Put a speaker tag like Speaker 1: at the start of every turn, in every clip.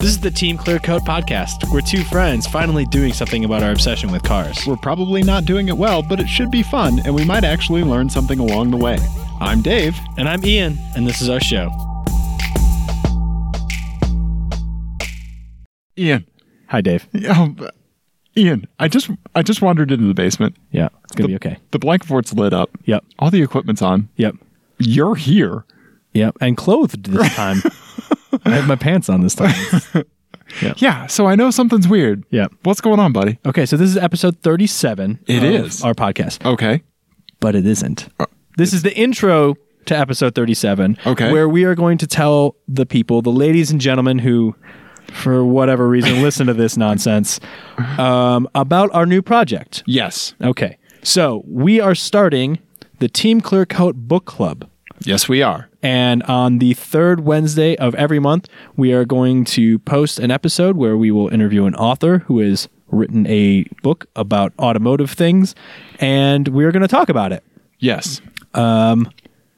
Speaker 1: is the Team Clear Coat podcast. We're two friends finally doing something about our obsession with cars.
Speaker 2: We're probably not doing it well, but it should be fun, and we might actually learn something along the way. I'm Dave.
Speaker 1: And I'm Ian, and this is our show.
Speaker 2: Ian.
Speaker 1: Hi, Dave.
Speaker 2: Oh, b- Ian, I just I just wandered into the basement.
Speaker 1: Yeah, it's going to be okay.
Speaker 2: The Blankenfort's lit up.
Speaker 1: Yep.
Speaker 2: All the equipment's on.
Speaker 1: Yep.
Speaker 2: You're here.
Speaker 1: Yep. And clothed this time. I have my pants on this time.
Speaker 2: Yeah, so I know something's weird.
Speaker 1: Yep.
Speaker 2: What's going on, buddy?
Speaker 1: Okay, so this is episode 37.
Speaker 2: It
Speaker 1: It is
Speaker 2: is.
Speaker 1: Our podcast,
Speaker 2: Okay.
Speaker 1: but it isn't. This is the intro to episode 37.
Speaker 2: Okay.
Speaker 1: Where we are going to tell the people, the ladies and gentlemen who, for whatever reason, listen to this nonsense, um, about our new project.
Speaker 2: Yes.
Speaker 1: Okay. So we are starting the Team Clear Coat Book Club.
Speaker 2: Yes, we are.
Speaker 1: And on the third Wednesday of every month, we are going to post an episode where we will interview an author who has written a book about automotive things, and we are going to talk about it.
Speaker 2: Yes.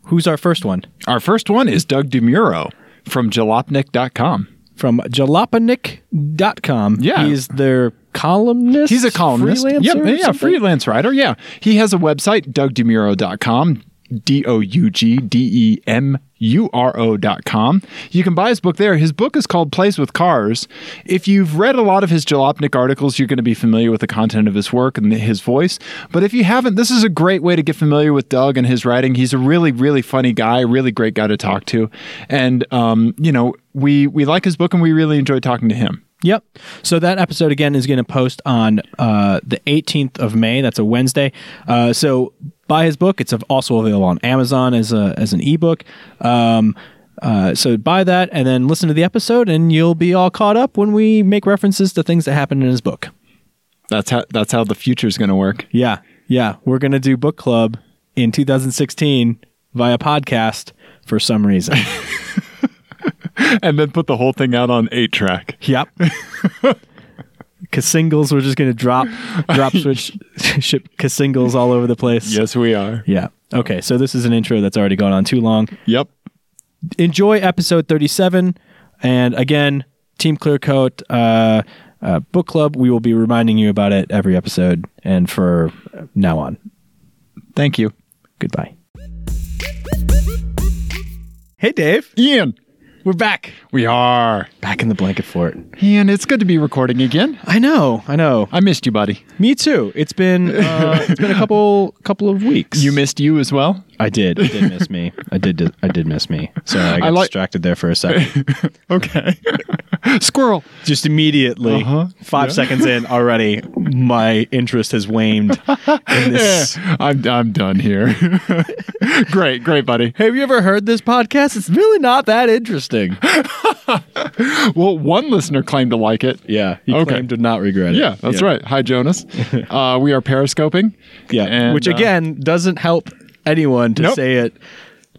Speaker 1: Who's our first one?
Speaker 2: Our first one is Doug DeMuro from jalopnik.com.
Speaker 1: From jalopnik.com.
Speaker 2: Yeah.
Speaker 1: He's their columnist.
Speaker 2: He's a columnist.
Speaker 1: Freelancer
Speaker 2: Yep,
Speaker 1: or
Speaker 2: yeah,
Speaker 1: something?
Speaker 2: freelance writer. Yeah. He has a website, dougdemuro.com, D O U G D E M U R O.com. You can buy his book there. His book is called Plays with Cars. If you've read a lot of his Jalopnik articles, you're going to be familiar with the content of his work and his voice. But if you haven't, this is a great way to get familiar with Doug and his writing. He's a really, really funny guy, really great guy to talk to. And, um, you know, we, we like his book and we really enjoy talking to him.
Speaker 1: Yep. So that episode again is going to post on uh, the 18th of May. That's a Wednesday. Uh, so buy his book. It's also available on Amazon as a as an ebook. Um, uh, so buy that and then listen to the episode, and you'll be all caught up when we make references to things that happened in his book.
Speaker 2: That's how, that's how the future's going to work.
Speaker 1: Yeah, yeah. We're gonna do book club in 2016 via podcast for some reason.
Speaker 2: and then put the whole thing out on eight track.
Speaker 1: Yep. Cause singles, we're just gonna drop, drop switch, ship cause singles all over the place.
Speaker 2: Yes, we are.
Speaker 1: Yeah. Okay. So this is an intro that's already gone on too long.
Speaker 2: Yep.
Speaker 1: Enjoy episode 37. And again, Team Clearcoat uh, uh, Book Club, we will be reminding you about it every episode and for now on.
Speaker 2: Thank you,
Speaker 1: Goodbye. Hey, Dave.
Speaker 2: Ian.
Speaker 1: We're back.
Speaker 2: We are
Speaker 1: Back in the blanket fort.
Speaker 2: Ian. It's good to be recording again.
Speaker 1: I know. I know.
Speaker 2: I missed you, buddy.
Speaker 1: Me too. It's been uh, it's been a couple couple of weeks.
Speaker 2: You missed you as well.
Speaker 1: I did. I did miss me. I did. I did miss me. Sorry, I got
Speaker 2: like-
Speaker 1: distracted there for a second.
Speaker 2: Okay. Squirrel.
Speaker 1: just immediately
Speaker 2: Uh-huh.
Speaker 1: five seconds in already my interest has waned in this
Speaker 2: I'm I'm done here. great, great, buddy.
Speaker 1: have you ever heard this podcast it's really not that interesting
Speaker 2: Well, one listener claimed to like it.
Speaker 1: yeah he
Speaker 2: Okay.
Speaker 1: claimed to not regret it
Speaker 2: Yeah, that's right. Hi, Jonas. Uh, we are periscoping.
Speaker 1: yeah
Speaker 2: And,
Speaker 1: which
Speaker 2: uh,
Speaker 1: again doesn't help anyone to
Speaker 2: Nope.
Speaker 1: say it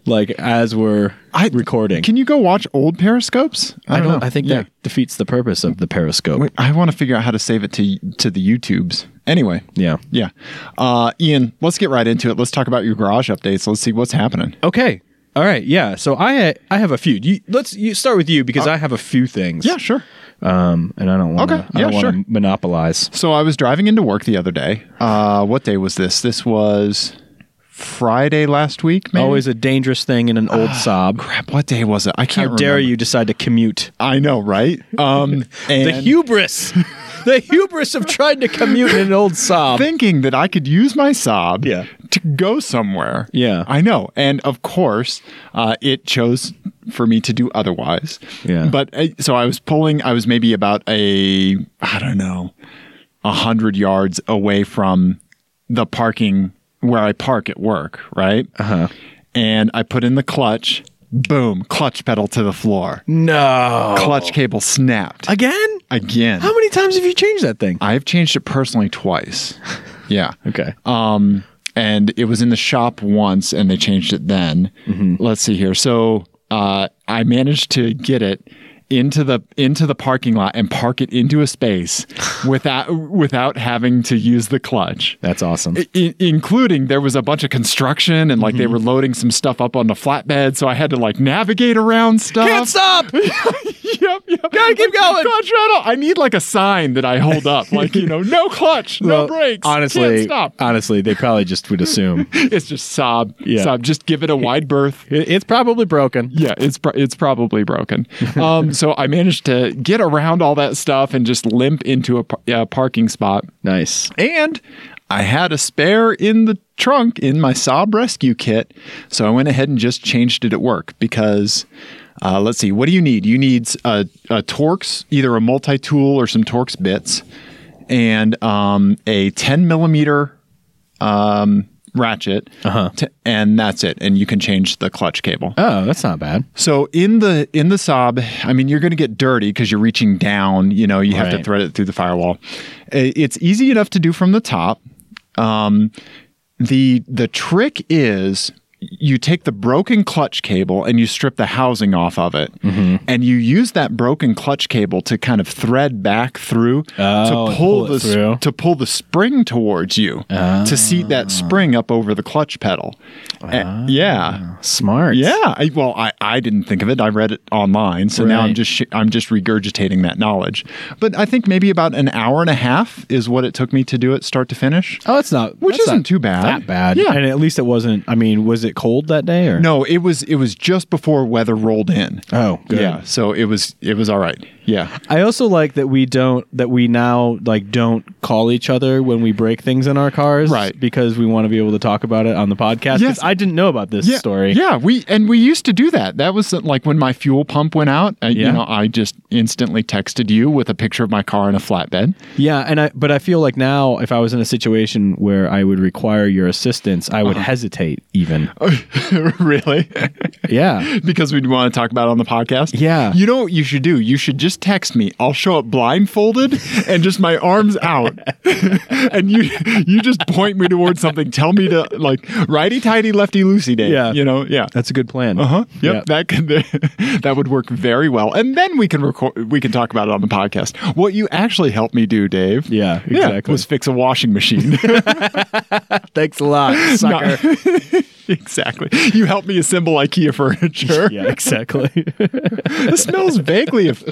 Speaker 1: like as we're
Speaker 2: I-
Speaker 1: recording
Speaker 2: Can you go watch old periscopes?
Speaker 1: I don't.
Speaker 2: know.
Speaker 1: I think
Speaker 2: Yeah.
Speaker 1: that defeats the purpose of the Periscope.
Speaker 2: Wait, I want to figure out how to save it to to the YouTubes. Anyway.
Speaker 1: Yeah.
Speaker 2: Yeah. Uh, Ian, let's get right into it. Let's talk about your garage updates. Let's see what's happening.
Speaker 1: Okay. All right. Yeah. So I I have a few. You, let's you start with you because I have a few things.
Speaker 2: sure.
Speaker 1: Um. And I don't want.
Speaker 2: Uh, Okay.
Speaker 1: I don't
Speaker 2: Yeah,
Speaker 1: wanna
Speaker 2: sure.
Speaker 1: Monopolize.
Speaker 2: So I was driving into work the other day. Uh, what day was this? This was Friday last week, maybe?
Speaker 1: Always a dangerous thing in an old sob.
Speaker 2: Ah, Crap, what day was it? I can't
Speaker 1: How dare
Speaker 2: remember.
Speaker 1: you decide to commute?
Speaker 2: I know, right? Um, and
Speaker 1: The hubris, the hubris of trying to commute in an old sob.
Speaker 2: thinking that I could use my sob
Speaker 1: Yeah.
Speaker 2: to go somewhere.
Speaker 1: Yeah.
Speaker 2: I know. And of course, uh, it chose for me to do otherwise.
Speaker 1: Yeah.
Speaker 2: But uh, so I was pulling, I was maybe about a, I don't know, a hundred yards away from the parking where I park at work, right? Uh
Speaker 1: Uh-huh.
Speaker 2: huh. And I put in the clutch, boom, clutch pedal to the floor.
Speaker 1: No,
Speaker 2: Clutch cable snapped
Speaker 1: again.
Speaker 2: again.
Speaker 1: Oh. How many times have you changed that thing?
Speaker 2: I've changed it personally twice. Yeah.
Speaker 1: Okay.
Speaker 2: Um, and it was in the shop once, and they
Speaker 1: Mm-hmm.
Speaker 2: changed it then. Let's see here. So uh, I managed to get it into the into the parking lot and park it into a space without without having to use the clutch.
Speaker 3: That's awesome.
Speaker 2: I- including there was a bunch of construction and like they
Speaker 1: Mm-hmm.
Speaker 2: were loading some stuff up on the flatbed, so I had to like navigate around stuff.
Speaker 1: Can't stop.
Speaker 2: yep, yep.
Speaker 1: Gotta keep going.
Speaker 2: Clutch rattle. I need like a sign that I hold up, like you know, no clutch, no
Speaker 3: Well,
Speaker 2: brakes.
Speaker 3: Honestly,
Speaker 2: can't stop.
Speaker 3: honestly, they probably just would assume
Speaker 2: it's just sob,
Speaker 3: Yeah.
Speaker 2: sob. Just give it a wide berth.
Speaker 3: It- it's probably broken.
Speaker 2: Yeah, it's pro- it's probably broken. Um, so I managed to get around all that stuff and just limp into a par- uh, parking spot.
Speaker 3: Nice.
Speaker 2: And I had a spare in the trunk in my Saab rescue kit. So I went ahead and just changed it at work because uh, let's see, what do you need? You need a, a Torx, either a multi tool or some Torx bits, and um, a 10 millimeter um, ratchet. Uh-huh. and that's it. And you can change the clutch cable.
Speaker 3: Oh, that's not bad.
Speaker 2: So in the in the Saab, I mean, you're going to get dirty because you're reaching down. You know, you have to
Speaker 3: Right.
Speaker 2: thread it through the firewall. I- It's easy enough to do from the top. Um, the the trick is you take the broken clutch cable and you strip the housing off of it,
Speaker 3: Mm-hmm.
Speaker 2: and you use that broken clutch cable to kind of thread back through
Speaker 3: Oh,
Speaker 2: to
Speaker 3: and
Speaker 2: pull
Speaker 3: pull it
Speaker 2: the s-
Speaker 3: through. Ah.
Speaker 2: to pull the spring towards you to seat that spring up over the clutch pedal. A- yeah.
Speaker 3: Ah. Smart.
Speaker 2: Yeah. I, well, I, I didn't think of it. I read it online, so now I'm
Speaker 3: Right.
Speaker 2: just sh- I'm just regurgitating that knowledge. But I think maybe about an hour and a half is what it took me to do it, start to finish.
Speaker 3: Oh, it's not.
Speaker 2: Which
Speaker 3: that's
Speaker 2: isn't
Speaker 3: not
Speaker 2: too bad.
Speaker 3: That bad.
Speaker 2: Yeah.
Speaker 3: And at least it wasn't. I mean, was it cold that day or
Speaker 2: No, it was it was just before weather rolled in.
Speaker 3: Oh, good.
Speaker 2: yeah. So it was it was all right. Yeah.
Speaker 1: I also like that we don't that we now like don't call each other when we break things in our cars,
Speaker 2: Right.
Speaker 1: Because we want to be able to talk about it on the podcast. 'Cause
Speaker 2: Yes.
Speaker 1: I didn't know about this
Speaker 2: yeah,
Speaker 1: story.
Speaker 2: Yeah, we and we used to do that. That was uh, like when my fuel pump went out. I, You
Speaker 1: Yeah.
Speaker 2: know, I just instantly texted you with a picture of my car in a flatbed.
Speaker 1: Yeah, and I but I feel like now if I was in a situation where I would require your assistance, I
Speaker 2: Uh-huh.
Speaker 1: would hesitate even.
Speaker 2: really?
Speaker 1: yeah.
Speaker 2: because we'd want to talk about it on the podcast.
Speaker 1: Yeah.
Speaker 2: You know what you should do? You should just text me. I'll show up blindfolded and just my arms out. and you you just point me towards something. Tell me to like righty tighty lefty loosey day.
Speaker 1: Yeah.
Speaker 2: You know, yeah.
Speaker 1: That's a good plan.
Speaker 2: Huh? Uh-huh. Yep,
Speaker 1: Yeah.
Speaker 2: that could that would work very well, and then we can record. We can talk about it on the podcast. What you actually helped me do, Dave?
Speaker 1: Yeah, exactly.
Speaker 2: was fix a washing machine.
Speaker 1: Thanks a lot, sucker.
Speaker 2: exactly. You helped me assemble IKEA furniture.
Speaker 1: yeah, exactly.
Speaker 2: This smells vaguely of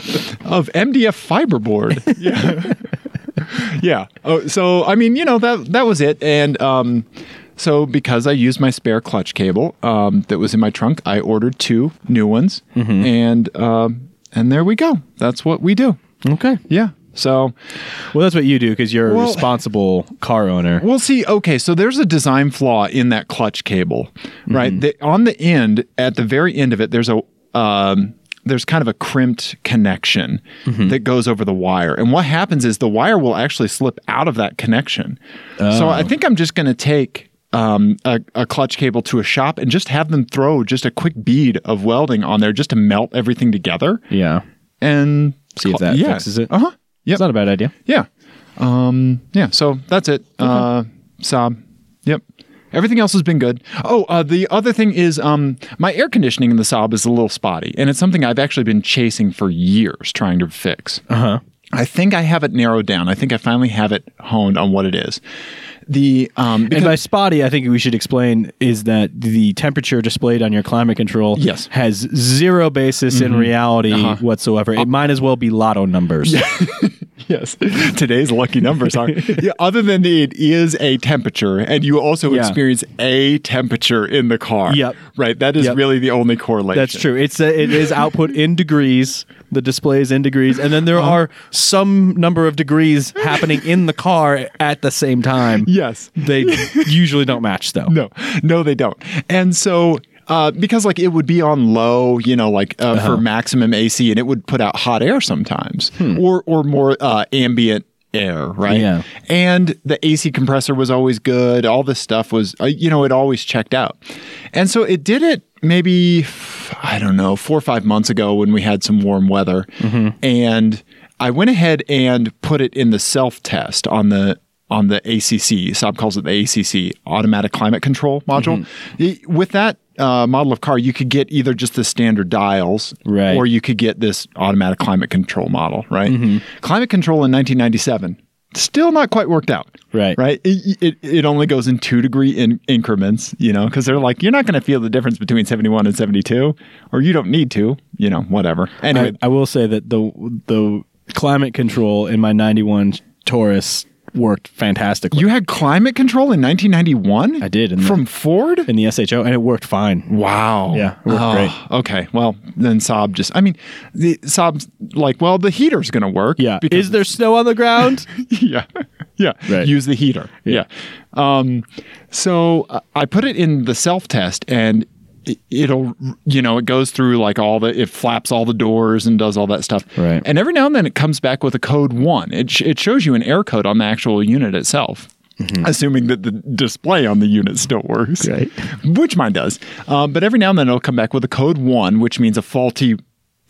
Speaker 2: of MDF fiberboard. Yeah. yeah. Oh, so I mean, you know that that was it, and um, so because I used my spare clutch cable um, that was in my trunk, I ordered two new ones, and um, and there we go. That's what we do.
Speaker 1: okay.
Speaker 2: Yeah. So
Speaker 1: Well, that's what you do because you're
Speaker 2: Well-
Speaker 1: a responsible car owner.
Speaker 2: We'll see. Okay, so there's a design flaw in that clutch cable, right?
Speaker 1: Mm-hmm.
Speaker 2: The, on the end, at the very end of it, there's a um, there's kind of a crimped connection
Speaker 1: Mm-hmm.
Speaker 2: that goes over the wire, and what happens is the wire will actually slip out of that connection. So
Speaker 1: Oh.
Speaker 2: I think I'm just going to take um, a, a clutch cable to a shop and just have them throw just a quick bead of welding on there just to melt everything together,
Speaker 1: Yeah.
Speaker 2: and
Speaker 1: See if that fixes it.
Speaker 2: Uh huh. Yep.
Speaker 1: It's not a bad idea.
Speaker 2: Yeah. Um, yeah. So that's it. Uh, Saab. Yep. Everything else has been good. Oh, uh, the other thing is um, my air conditioning in the Saab is a little spotty, and it's something I've actually been chasing for years trying to fix. Uh
Speaker 1: Uh-huh.
Speaker 2: huh. I think I have it narrowed down. I think I finally have it honed on what it is. The um,
Speaker 1: And by spotty, I think we should explain is that the temperature displayed on your climate control
Speaker 2: Yes. Mm-hmm. Uh-huh.
Speaker 1: has zero basis in reality whatsoever.
Speaker 2: Uh,
Speaker 1: It might as well be lotto numbers.
Speaker 2: Yes. Today's lucky numbers are. yeah, other than the, it is a temperature, and you also
Speaker 1: Yeah.
Speaker 2: experience a temperature in the car.
Speaker 1: Yep.
Speaker 2: Right. That is
Speaker 1: Yep.
Speaker 2: really the only correlation.
Speaker 1: That's true. It's uh it is output in degrees. The display is in degrees, and then there
Speaker 2: Uh-huh.
Speaker 1: are some number of degrees happening in the car at the same time.
Speaker 2: Yes.
Speaker 1: They usually don't match though.
Speaker 2: No, no, they don't. And so. Uh, because like it would be on low, you know, like uh, for maximum AC, and it would put out hot air sometimes, or or more uh, ambient air, right?
Speaker 1: Yeah.
Speaker 2: And the AC compressor was always good. All this stuff was, uh, you know, it always checked out. And so it did it maybe I don't know four or five months ago when we had some warm weather, and I went ahead and put it in the self test on the on the ACC. Saab calls it the ACC Automatic Climate Control module. Y- With that uh, model of car, you could get either just the standard dials,
Speaker 1: Right.
Speaker 2: or you could get this automatic climate control model, right?
Speaker 1: Mm-hmm.
Speaker 2: Climate control in 1997 still not quite worked out.
Speaker 1: Right.
Speaker 2: Right. It, it, it only goes in two degree in increments, you know, because they're like, you're not going to feel the difference between 71 and 72, or you don't need to, you know, whatever. Anyway,
Speaker 1: I, I will say that the the climate control in my 91 Taurus worked fantastically
Speaker 2: you had climate control in 1991?
Speaker 1: I did, and-
Speaker 2: From Ford?
Speaker 1: in the SHO and it worked fine.
Speaker 2: Wow. Ah,
Speaker 1: Yeah, it worked great.
Speaker 2: Okay. Well, then Saab just, I mean, the Saab's like, well, the heater's going to work.
Speaker 1: Yeah.
Speaker 2: Because,
Speaker 1: Is there snow on the ground?
Speaker 2: yeah. Yeah.
Speaker 1: Right.
Speaker 2: Use the heater. Yeah. Um, so uh, I put it in the self test and it- it'll, you know, it goes through like all the, it flaps all the doors and does all that stuff.
Speaker 1: Right.
Speaker 2: And every now and then it comes back with a code one. It, sh- it shows you an air code on the actual unit itself.
Speaker 1: Mm-hmm.
Speaker 2: Assuming that the display on the unit still works,
Speaker 1: Right.
Speaker 2: which mine does. Um, but every now and then it'll come back with a code one, which means a faulty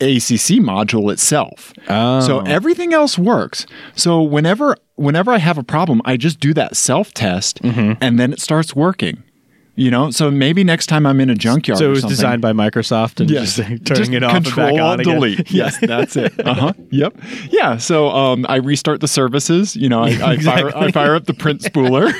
Speaker 2: ACC module itself.
Speaker 1: Oh.
Speaker 2: So everything else works. So whenever whenever I have a problem, I just do that self test,
Speaker 1: Mm-hmm.
Speaker 2: and then it starts working. You know, so maybe next time I'm in a junkyard.
Speaker 1: so it
Speaker 2: or
Speaker 1: was
Speaker 2: something-
Speaker 1: designed by Microsoft and
Speaker 2: Yes.
Speaker 1: just turning it off and back
Speaker 2: Control,
Speaker 1: on again.
Speaker 2: delete. Yes, that's it. Uh huh. Yep. Yeah. So um, I restart the services. You know, I, I fire I fire up the print spooler.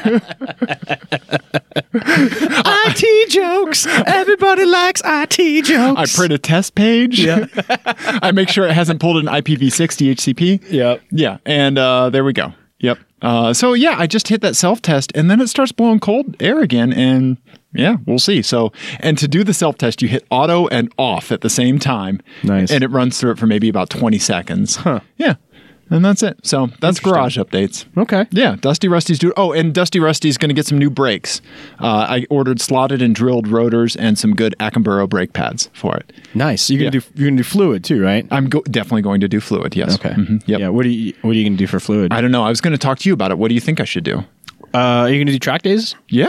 Speaker 1: IT jokes. Everybody likes IT
Speaker 2: I
Speaker 1: jokes.
Speaker 2: print a test page. Yeah. I make sure it hasn't pulled an IPv6 DHCP.
Speaker 1: Yep.
Speaker 2: Yeah. And uh, there we go. Yep. Uh, so yeah, I just hit that self test, and then it starts blowing cold air again, and yeah, we'll see. So, and to do the self test, you hit auto and off at the same time.
Speaker 1: Nice.
Speaker 2: And it runs through it for maybe about twenty seconds. Huh. Yeah. And that's it. So that's garage updates.
Speaker 1: Okay.
Speaker 2: Yeah, Dusty Rusty's do. Oh, and Dusty Rusty's going to get some new brakes. Uh, I ordered slotted and drilled rotors and some good Ackenborough brake pads for it.
Speaker 1: Nice. You're gonna
Speaker 2: Yeah.
Speaker 1: do you're gonna do fluid too, right?
Speaker 2: I'm go- definitely going to do fluid. Yes.
Speaker 1: Okay.
Speaker 2: Mhm. Yep.
Speaker 1: Yeah. What do you What are you gonna do for fluid?
Speaker 2: I don't know. I was going to talk to you about it. What do you think I should do?
Speaker 1: uh, are you gonna do track days?
Speaker 2: Yeah.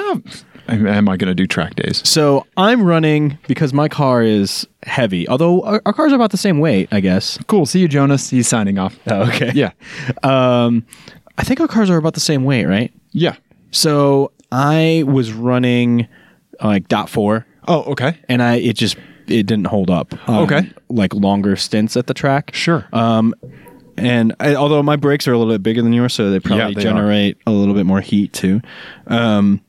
Speaker 2: Am- Am I going to do track days?
Speaker 1: So I'm running because my car is heavy. Although our, our cars are about the same weight, I guess.
Speaker 2: Cool. See you, Jonas. He's signing off.
Speaker 1: okay.
Speaker 2: Yeah.
Speaker 1: Um, I think our cars are about the same weight, right?
Speaker 2: Yeah.
Speaker 1: So I was running uh, like dot four,
Speaker 2: Oh, okay.
Speaker 1: and I it just it didn't hold up. on,
Speaker 2: Okay.
Speaker 1: Like longer stints at the track.
Speaker 2: Sure.
Speaker 1: Um, and I, although my brakes are a little bit bigger than yours, so they probably
Speaker 2: they are.
Speaker 1: generate a little bit more heat too. Um,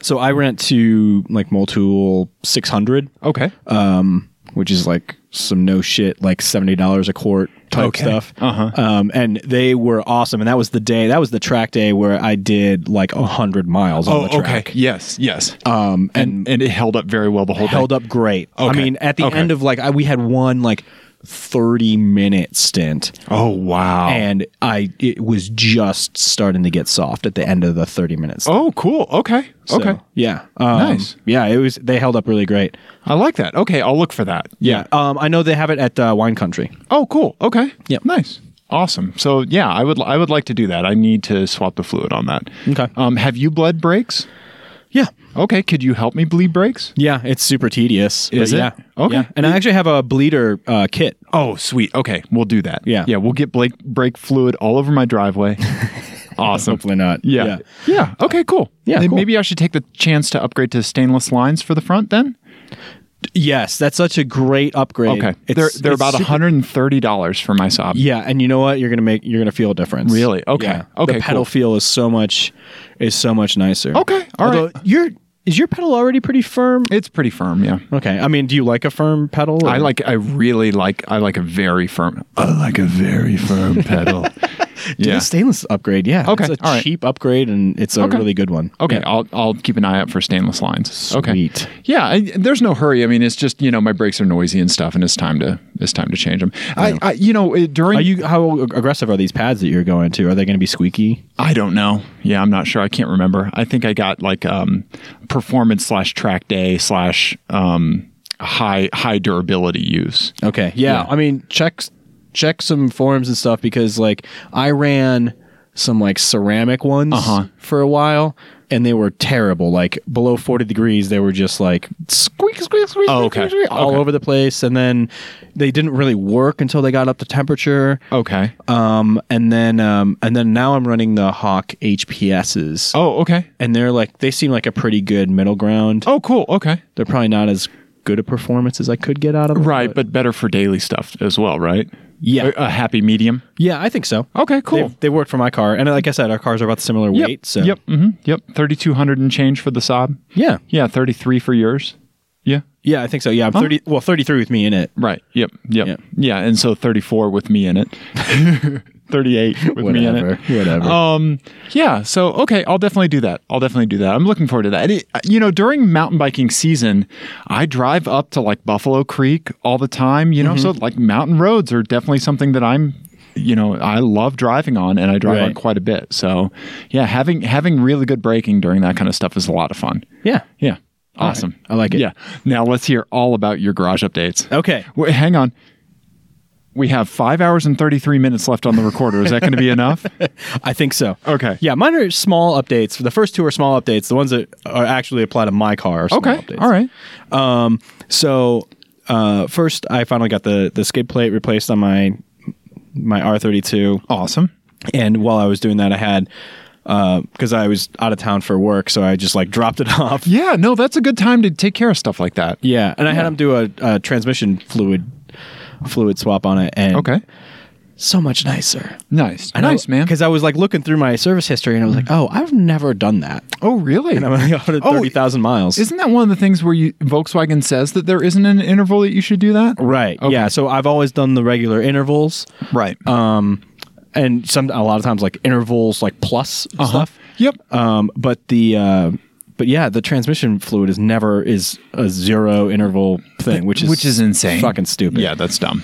Speaker 1: so I rent to like Multool 600,
Speaker 2: Okay.
Speaker 1: um, which is like some no shit, like $70 a quart type
Speaker 2: Okay.
Speaker 1: stuff.
Speaker 2: Uh-huh.
Speaker 1: Um, and they were awesome. And that was the day, that was the track day where I did like 100 miles on
Speaker 2: oh,
Speaker 1: the track.
Speaker 2: okay. Yes. Yes.
Speaker 1: Um, and
Speaker 2: and and it held up very well the whole
Speaker 1: held
Speaker 2: day.
Speaker 1: up great. I
Speaker 2: Okay.
Speaker 1: mean, at the
Speaker 2: Okay.
Speaker 1: end of like, I, we had one like 30 minute stint
Speaker 2: Oh wow.
Speaker 1: and I it was just starting to get soft at the end of the 30 minutes.
Speaker 2: oh, cool. Okay.
Speaker 1: So,
Speaker 2: Okay.
Speaker 1: Yeah. Um,
Speaker 2: Nice.
Speaker 1: Yeah, it was they held up really great.
Speaker 2: I like that. Okay, I'll look for that.
Speaker 1: Um I know they have it at uh, Wine Country.
Speaker 2: Oh, cool. Okay.
Speaker 1: Yep.
Speaker 2: Nice. Awesome. So yeah, I would I would like to do that. I need to swap the fluid on that.
Speaker 1: Okay.
Speaker 2: Um, have you bled brakes?
Speaker 1: Yeah.
Speaker 2: Okay. Could you help me bleed brakes?
Speaker 1: Yeah, it's super tedious. but
Speaker 2: Is it?
Speaker 1: Yeah.
Speaker 2: Okay.
Speaker 1: Yeah. And I actually have a bleeder uh, kit.
Speaker 2: Oh, sweet. Okay, we'll do that.
Speaker 1: Yeah.
Speaker 2: Yeah, we'll get Blake brake fluid all over my driveway. awesome.
Speaker 1: Hopefully not.
Speaker 2: Yeah. yeah.
Speaker 1: Uh, Yeah.
Speaker 2: Okay. Cool.
Speaker 1: Yeah,
Speaker 2: Then
Speaker 1: cool.
Speaker 2: Maybe I should take the chance to upgrade to stainless lines for the front then.
Speaker 1: Yes, that's such a great upgrade.
Speaker 2: Okay.
Speaker 1: It's-
Speaker 2: they're they're
Speaker 1: it's
Speaker 2: about
Speaker 1: super-
Speaker 2: hundred and thirty dollars for my Saab.
Speaker 1: Yeah, and you know what? You're gonna make you're gonna feel a difference.
Speaker 2: Really? Okay.
Speaker 1: Yeah.
Speaker 2: Okay,
Speaker 1: The pedal
Speaker 2: cool.
Speaker 1: feel is so much is so much nicer.
Speaker 2: Okay, all
Speaker 1: Although
Speaker 2: right.
Speaker 1: your is your pedal already pretty firm?
Speaker 2: It's pretty firm. Yeah.
Speaker 1: Okay. I mean, do you like a firm pedal? or-
Speaker 2: I like. I really like. I like a very firm. I like a very firm pedal.
Speaker 1: Do
Speaker 2: yeah.
Speaker 1: the stainless upgrade. Yeah.
Speaker 2: Okay,
Speaker 1: It's a
Speaker 2: all right.
Speaker 1: cheap upgrade and it's a
Speaker 2: Okay.
Speaker 1: really good one.
Speaker 2: Okay,
Speaker 1: Yeah.
Speaker 2: I'll I'll keep an eye out for stainless lines. Okay.
Speaker 1: Sweet.
Speaker 2: Yeah, I, there's no hurry. I mean, it's just you know my brakes are noisy and stuff, and it's time to it's time to change them. I, I you know it- during
Speaker 1: Are you how ag- aggressive are these pads that you're going to? Are they going to be squeaky?
Speaker 2: I don't know. Yeah, I'm not sure. I can't remember. I think I got like um performance slash track day slash um high high durability use.
Speaker 1: Okay. Yeah.
Speaker 2: Yeah.
Speaker 1: I mean, check check some forums and stuff because like I ran some like ceramic ones
Speaker 2: Uh-huh.
Speaker 1: for a while and they were terrible. Like below 40 degrees, they were just like squeak
Speaker 2: squeak, squeak, squeak,
Speaker 1: Oh,
Speaker 2: squeak,
Speaker 1: okay.
Speaker 2: squeak, squeak.
Speaker 1: All
Speaker 2: Okay.
Speaker 1: over the place, and then they didn't really work until they got up to temperature.
Speaker 2: Okay.
Speaker 1: Um, and then um, and then now I'm running the Hawk HPSs,
Speaker 2: Oh, okay.
Speaker 1: and they're like they seem like a pretty good middle ground.
Speaker 2: Oh, cool. Okay.
Speaker 1: They're probably not as good a performance as I could get out of them.
Speaker 2: Right, but better for daily stuff as well, right?
Speaker 1: Yeah.
Speaker 2: A, a happy medium.
Speaker 1: yeah, I think so.
Speaker 2: Okay, cool.
Speaker 1: They, they worked for my car, and like I said, our cars are about similar weight. So
Speaker 2: Yep. hmm Yep. 3200 and change for the Saab.
Speaker 1: yeah,
Speaker 2: Yeah, 33 for yours. Yeah.
Speaker 1: yeah, I think so. Yeah, I'm thirty. Well, thirty three with me in it.
Speaker 2: Right. Yep. Yep.
Speaker 1: Yeah.
Speaker 2: Yeah, and so 34 with me in it. 38 with me in it.
Speaker 1: whatever. Oh.
Speaker 2: Um, yeah. So, okay, I'll definitely do that. I'll definitely do that. I'm looking forward to that. It- uh, you know, during mountain biking season, I drive up to like Buffalo Creek all the time, you know,
Speaker 1: Mm-hmm.
Speaker 2: so like mountain roads are definitely something that I'm you know, I love driving on and I drive on
Speaker 1: Right.
Speaker 2: quite a bit. So, yeah, having having really good braking during that kind of stuff is a lot of fun.
Speaker 1: yeah.
Speaker 2: Yeah. Awesome.
Speaker 1: I like it.
Speaker 2: Yeah. Now let's hear all about your garage updates.
Speaker 1: Okay.
Speaker 2: Wait, hang on. We have five hours and 33 minutes left on the recorder. Is that going to be enough?
Speaker 1: I think so.
Speaker 2: Okay.
Speaker 1: Yeah, mine are small updates. The first two are small updates. The ones that are actually apply to my car. Are small
Speaker 2: Okay.
Speaker 1: Updates.
Speaker 2: All right.
Speaker 1: Um. So, uh, first, I finally got the the skid plate replaced on my my R32.
Speaker 2: Awesome.
Speaker 1: And while I was doing that, I had because I was out of town for work, so I just like dropped it off.
Speaker 2: Yeah. No, that's a good time to take care of stuff like that.
Speaker 1: Yeah, and I had him do a, a transmission fluid fluid swap on it, and
Speaker 2: Okay.
Speaker 1: so much nicer.
Speaker 2: Nice. nice, man.
Speaker 1: Because I was like looking through my service history, and I was like, oh, I've never done that.
Speaker 2: Oh, really?
Speaker 1: And I'm only out at
Speaker 2: Oh,
Speaker 1: thirty thousand miles.
Speaker 2: Isn't that one of the things where you, Volkswagen says that there isn't an interval that you should do that?
Speaker 1: right?
Speaker 2: Okay.
Speaker 1: Yeah. So I've always done the regular intervals,
Speaker 2: Right.
Speaker 1: um, and some a lot of times like intervals like plus
Speaker 2: Uh-huh.
Speaker 1: stuff.
Speaker 2: Yep.
Speaker 1: Um, but the uh, but yeah, the transmission fluid is never is a zero interval thing, which is
Speaker 2: Which is insane.
Speaker 1: fucking stupid.
Speaker 2: Yeah, that's dumb.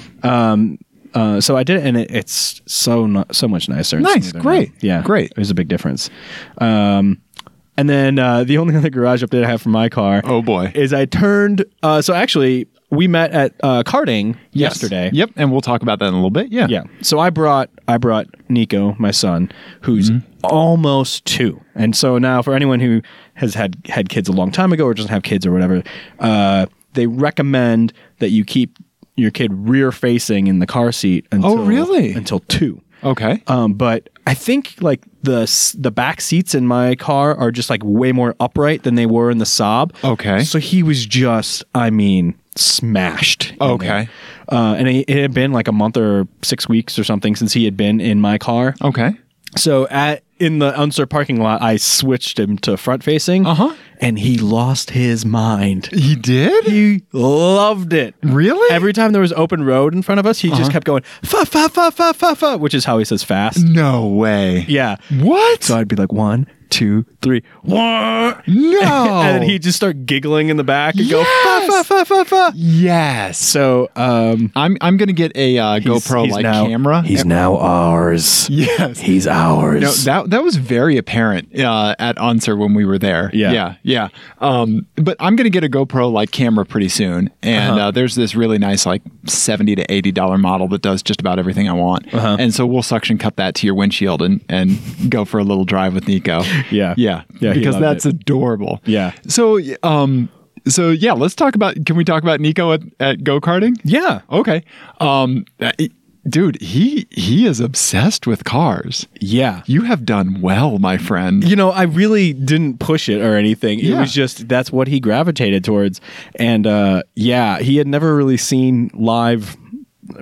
Speaker 1: Uh, so I did it, and it, it's so nu- so much nicer. and
Speaker 2: Nice,
Speaker 1: smoother
Speaker 2: great,
Speaker 1: now. yeah,
Speaker 2: great.
Speaker 1: There's a big difference. Um, and then uh, the only other garage update I have for my car,
Speaker 2: Oh, boy.
Speaker 1: is I turned. Uh, so actually, we met at uh, karting
Speaker 2: Yes.
Speaker 1: yesterday.
Speaker 2: Yep. And we'll talk about that in a little bit. Yeah.
Speaker 1: Yeah. So I brought I brought Nico, my son, who's
Speaker 2: Mm-hmm.
Speaker 1: almost two, and so now for anyone who has had had kids a long time ago or doesn't have kids or whatever, uh, they recommend that you keep your kid rear facing in the car seat. Until,
Speaker 2: Oh, really?
Speaker 1: Until two.
Speaker 2: Okay.
Speaker 1: Um, but I think like the s- the back seats in my car are just like way more upright than they were in the Saab.
Speaker 2: Okay.
Speaker 1: So he was just, I mean, smashed. in
Speaker 2: Okay.
Speaker 1: there. Uh, and it, it had been like a month or six weeks or something since he had been in my car.
Speaker 2: okay.
Speaker 1: So at in the Unser parking lot, I switched him to front facing.
Speaker 2: Uh-huh.
Speaker 1: And he lost his mind.
Speaker 2: He did?
Speaker 1: He loved it.
Speaker 2: Really? Uh-huh.
Speaker 1: Every time there was open road in front of us, he just kept going fa fa fa fa fa fa, which is how he says fast.
Speaker 2: no way.
Speaker 1: Yeah.
Speaker 2: What?
Speaker 1: So I'd be like, one, two, three, one.
Speaker 2: no.
Speaker 1: And then he'd just start giggling in the back and
Speaker 2: Oh. Yes!
Speaker 1: go, fa, fa, fa, fa, fa.
Speaker 2: Yes.
Speaker 1: So, um,
Speaker 2: I'm I'm gonna get a uh, GoPro like
Speaker 1: now,
Speaker 2: camera.
Speaker 1: He's now ours.
Speaker 2: yes.
Speaker 1: He's ours.
Speaker 2: No, that that was very apparent uh, at Unser when we were there.
Speaker 1: Yeah.
Speaker 2: yeah, yeah. Um, but I'm gonna get a GoPro like camera pretty soon, and
Speaker 1: Uh-huh.
Speaker 2: uh there's this really nice like seventy to eighty dollar model that does just about everything I want.
Speaker 1: Uh-huh.
Speaker 2: And so we'll suction cut that to your windshield and and go for a little drive with Nico.
Speaker 1: Yeah.
Speaker 2: yeah,
Speaker 1: Yeah, he
Speaker 2: Because
Speaker 1: loved
Speaker 2: that's adorable.
Speaker 1: Yeah.
Speaker 2: So um, so yeah, let's talk about. Can we talk about Nico at, at go karting?
Speaker 1: yeah.
Speaker 2: Okay. Um, uh, it- dude, he he is obsessed with cars.
Speaker 1: Yeah.
Speaker 2: You have done well, my friend.
Speaker 1: You know, I really didn't push it or anything. It
Speaker 2: Yeah.
Speaker 1: was just that's what he gravitated towards. And uh, yeah, he had never really seen live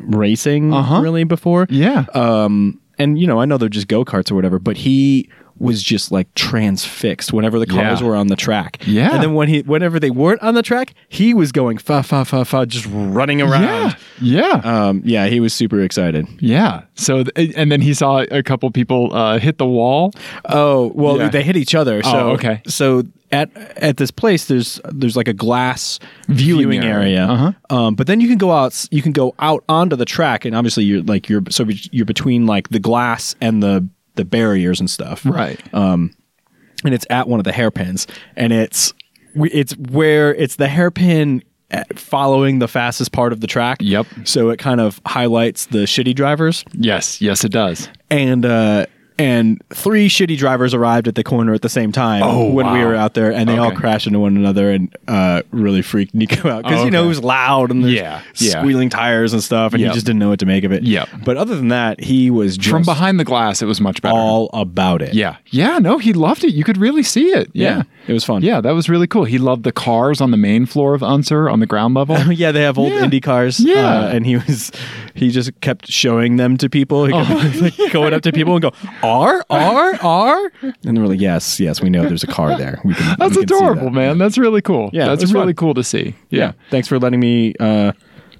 Speaker 1: racing
Speaker 2: Uh-huh.
Speaker 1: really before.
Speaker 2: Yeah.
Speaker 1: um and you know i know they're just go-karts or whatever but he was just like transfixed whenever the cars
Speaker 2: Yeah.
Speaker 1: were on the track
Speaker 2: Yeah.
Speaker 1: and then when he whenever they weren't on the track he was going fa fa fa fa just running
Speaker 2: yeah.
Speaker 1: around
Speaker 2: Yeah.
Speaker 1: um yeah he was super excited
Speaker 2: yeah. So th- eh, and then he saw a couple people uh, hit the wall.
Speaker 1: oh well
Speaker 2: Yeah. Oh,
Speaker 1: they hit each other so
Speaker 2: okay.
Speaker 1: so at at this place there's there's like a glass
Speaker 2: Viewing
Speaker 1: viewing, area,
Speaker 2: area. Uh-huh.
Speaker 1: um but then you can go out you can go out onto the track and obviously you're like you're so you're between like the glass and the the barriers and stuff
Speaker 2: Right.
Speaker 1: and it's at one of the hairpins and it's it's where it's the hairpin at- following the fastest part of the track
Speaker 2: Yep.
Speaker 1: so it kind of highlights the shitty drivers
Speaker 2: yes. Yes, it does.
Speaker 1: and uh and three shitty drivers arrived at the corner at the same time
Speaker 2: Oh,
Speaker 1: when we
Speaker 2: wow.
Speaker 1: were out there, and they all
Speaker 2: Okay.
Speaker 1: crashed into one another and uh, really freaked Nico out because
Speaker 2: Oh,
Speaker 1: you know
Speaker 2: okay.
Speaker 1: it was loud and there's
Speaker 2: Yeah, yeah.
Speaker 1: squealing tires and stuff, and
Speaker 2: Yep.
Speaker 1: he just didn't know what to make of it.
Speaker 2: Yep.
Speaker 1: But other than that, he was just
Speaker 2: From behind the glass, it was much better.
Speaker 1: all about it.
Speaker 2: yeah. Yeah. No, he loved it. You could really see it.
Speaker 1: yeah,
Speaker 2: Yeah.
Speaker 1: it was fun.
Speaker 2: Yeah, that was really cool. He loved the cars on the main floor of Unser on the ground level.
Speaker 1: yeah, they have old
Speaker 2: Yeah.
Speaker 1: Indy cars.
Speaker 2: Yeah.
Speaker 1: uh, and he was he just kept showing them to people. He kept like, going up to people and go R R R, and they were like, yes, yes, we know there's a car there. We can,
Speaker 2: That's
Speaker 1: we can see
Speaker 2: adorable,
Speaker 1: that."
Speaker 2: man. That's really cool.
Speaker 1: Yeah, it
Speaker 2: That's
Speaker 1: was
Speaker 2: really
Speaker 1: fun.
Speaker 2: cool to see.
Speaker 1: Yeah. thanks for letting me uh,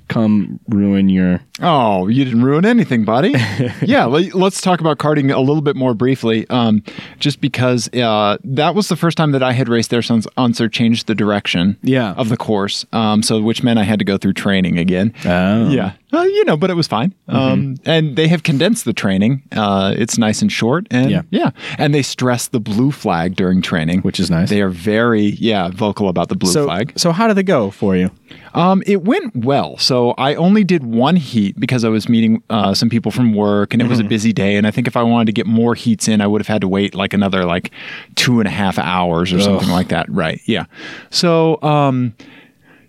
Speaker 1: come ruin your.
Speaker 2: Oh, you didn't ruin anything, buddy. yeah, le- let's talk about karting a little bit more briefly. Um, just because uh, that was the first time that I had raced there since Unser changed the direction
Speaker 1: Yeah.
Speaker 2: of the course. Um, so, which meant I had to go through training again.
Speaker 1: Oh.
Speaker 2: Yeah, uh, you know, but it was fine.
Speaker 1: Mm-hmm.
Speaker 2: Um, and they have condensed the training. Uh, it's nice and short, and yeah.
Speaker 1: Yeah.
Speaker 2: and they stress the blue flag during training,
Speaker 1: Which is nice.
Speaker 2: They are very yeah vocal about the blue
Speaker 1: So,
Speaker 2: flag.
Speaker 1: so how did it go for you?
Speaker 2: Um, it went well. So I only did one heat because I was meeting uh, some people from work, and it was a busy day. And I think if I wanted to get more heats in, I would have had to wait like another like two and a half hours or something like that. Right? Yeah. So um,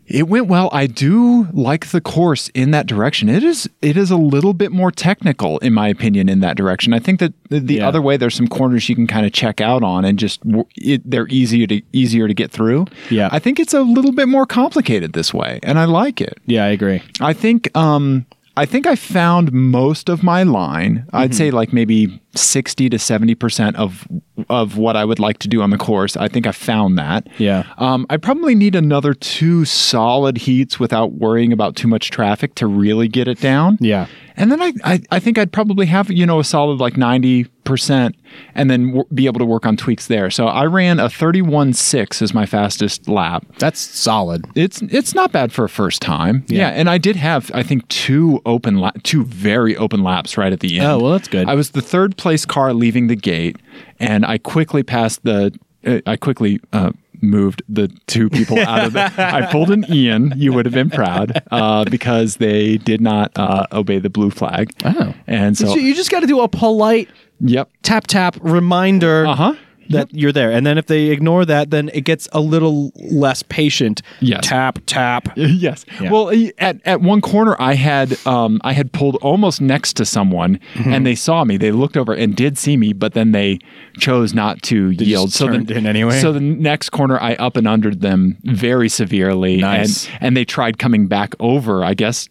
Speaker 2: it went well. I do like the course in that direction. It is it is a little bit more technical, in my opinion, in that direction. I think that the, the
Speaker 1: Yeah.
Speaker 2: other way there's some corners you can kind of check out on, and just w- it, they're easier to easier to get through.
Speaker 1: Yeah.
Speaker 2: I think it's a little bit more complicated this way, and I like it.
Speaker 1: Yeah, I agree.
Speaker 2: I think um I think I found most of my line. I'd
Speaker 1: Mm-hmm.
Speaker 2: say like maybe 60 to 70% of of what I would like to do on the course. I think I found that.
Speaker 1: Yeah.
Speaker 2: Um I probably need another two solid heats without worrying about too much traffic to really get it down.
Speaker 1: Yeah.
Speaker 2: And then I, I, I think I'd probably have, you know, a solid like 90% and then w- be able to work on tweaks there. So I ran a 31.6 as my fastest lap
Speaker 3: That's solid.
Speaker 2: it's it's not bad for a first time. Yeah, and I did have I think two open la- two very open laps right at the end.
Speaker 1: Oh, well, that's good.
Speaker 2: I was the third place car leaving the gate, and I quickly passed the. Uh, I quickly. Uh, Moved the two people out of the. I pulled an Ian. You would have been proud uh, because they did not uh, obey the blue flag.
Speaker 3: Oh.
Speaker 2: and so
Speaker 1: you just got to do a polite
Speaker 2: yep,
Speaker 1: tap tap reminder
Speaker 2: Uh-huh.
Speaker 1: that you're there. And then if they ignore that, then it gets a little less patient.
Speaker 2: Yes.
Speaker 1: Tap tap.
Speaker 2: yes. Well, e- at, at one corner, I had um, I had pulled almost next to someone,
Speaker 1: Mm-hmm.
Speaker 2: and they saw me. They looked over and did see me, but then they chose not to yield.
Speaker 1: just
Speaker 2: So then,
Speaker 1: turned in anyway.
Speaker 2: So the next corner, I up and undered them very severely,
Speaker 1: Nice.
Speaker 2: and and they tried coming back over. I guess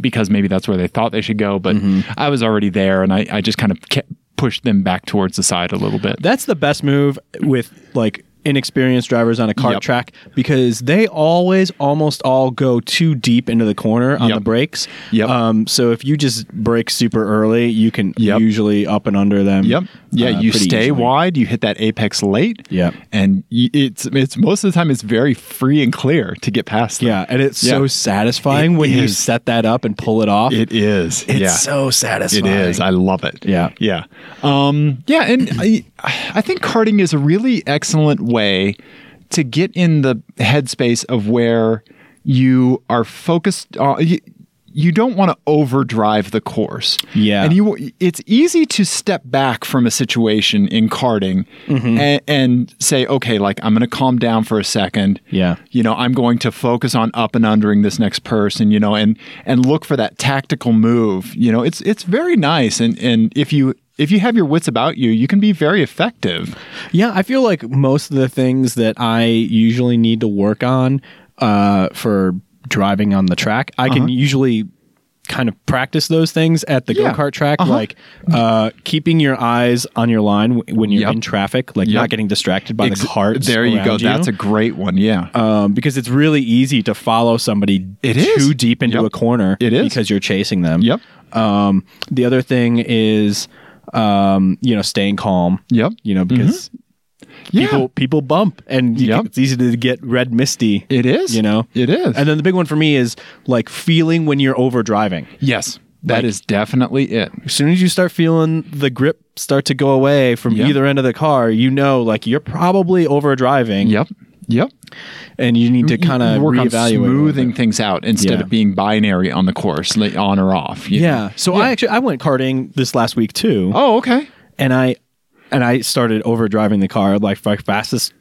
Speaker 2: because maybe that's where they thought they should go, but
Speaker 1: Mm-hmm.
Speaker 2: I was already there, and I, I just kind of kept pushed them back towards the side a little bit.
Speaker 1: That's the best move with like inexperienced drivers on a kart
Speaker 2: Yep.
Speaker 1: track because they always almost all go too deep into the corner on
Speaker 2: Yep.
Speaker 1: the brakes.
Speaker 2: Yep.
Speaker 1: Um, so if you just brake super early, you can
Speaker 2: Yep.
Speaker 1: usually up and under them.
Speaker 2: Yep. Yeah,
Speaker 1: uh,
Speaker 2: you
Speaker 1: pretty
Speaker 2: stay
Speaker 1: easily.
Speaker 2: wide. You hit that apex late.
Speaker 1: Yep.
Speaker 2: And y- it's it's most of the time it's very free and clear to get past. them.
Speaker 1: Yeah, and it's
Speaker 2: Yeah.
Speaker 1: so satisfying
Speaker 2: It
Speaker 1: when you
Speaker 2: is.
Speaker 1: set that up and pull it off.
Speaker 2: It is.
Speaker 1: it's
Speaker 2: yeah.
Speaker 1: so
Speaker 2: it
Speaker 1: satisfying.
Speaker 2: is. I love it.
Speaker 1: Yeah.
Speaker 2: Yeah. Um, yeah. And I, I think karting is a really excellent way to get in the headspace of where you are focused on. You, you don't want to overdrive the course.
Speaker 1: Yeah.
Speaker 2: And you it's easy to step back from a situation in karting
Speaker 1: Mm-hmm.
Speaker 2: and, and say, okay, like I'm going to calm down for a second.
Speaker 1: Yeah.
Speaker 2: You know, I'm going to focus on up and undering this next person, you know, and and look for that tactical move. You know, it's it's very nice and and if you if you have your wits about you, you can be very effective.
Speaker 1: Yeah, I feel like most of the things that I usually need to work on uh, for driving on the track, I can usually kind of practice those things at the
Speaker 2: Uh-huh. Yeah.
Speaker 1: go-kart track
Speaker 2: Uh-huh.
Speaker 1: like uh keeping your eyes on your line w- when you're
Speaker 2: Yep.
Speaker 1: in traffic like
Speaker 2: Yep.
Speaker 1: not getting distracted by
Speaker 2: Ex-
Speaker 1: the carts
Speaker 2: there you go.
Speaker 1: around
Speaker 2: That's a great one. Yeah.
Speaker 1: um, because it's really easy to follow somebody
Speaker 2: It is.
Speaker 1: too deep into
Speaker 2: Yep.
Speaker 1: a corner
Speaker 2: It is.
Speaker 1: because you're chasing them
Speaker 2: Yep.
Speaker 1: um the other thing is um you know staying calm
Speaker 2: Yep. Mm-hmm.
Speaker 1: you know because
Speaker 2: Yeah.
Speaker 1: people people bump and you
Speaker 2: Yep.
Speaker 1: can- it's easy to get red misty
Speaker 2: it is.
Speaker 1: you know
Speaker 2: It is.
Speaker 1: and then the big one for me is like feeling when you're over driving
Speaker 2: yes. that is
Speaker 1: like-
Speaker 2: definitely it.
Speaker 1: as soon as you start feeling the grip start to go away from
Speaker 2: Yep.
Speaker 1: either end of the car you know like you're probably over driving
Speaker 2: Yep. Yep.
Speaker 1: and you need to kind of
Speaker 2: work on
Speaker 1: uh, reevaluate a little
Speaker 2: smoothing
Speaker 1: bit.
Speaker 2: things out instead
Speaker 1: Yeah.
Speaker 2: of being binary on the course, like on or off. you know?
Speaker 1: yeah so i actually i went karting this last week too
Speaker 2: Oh, okay.
Speaker 1: and I and I started overdriving the car. Like my fastest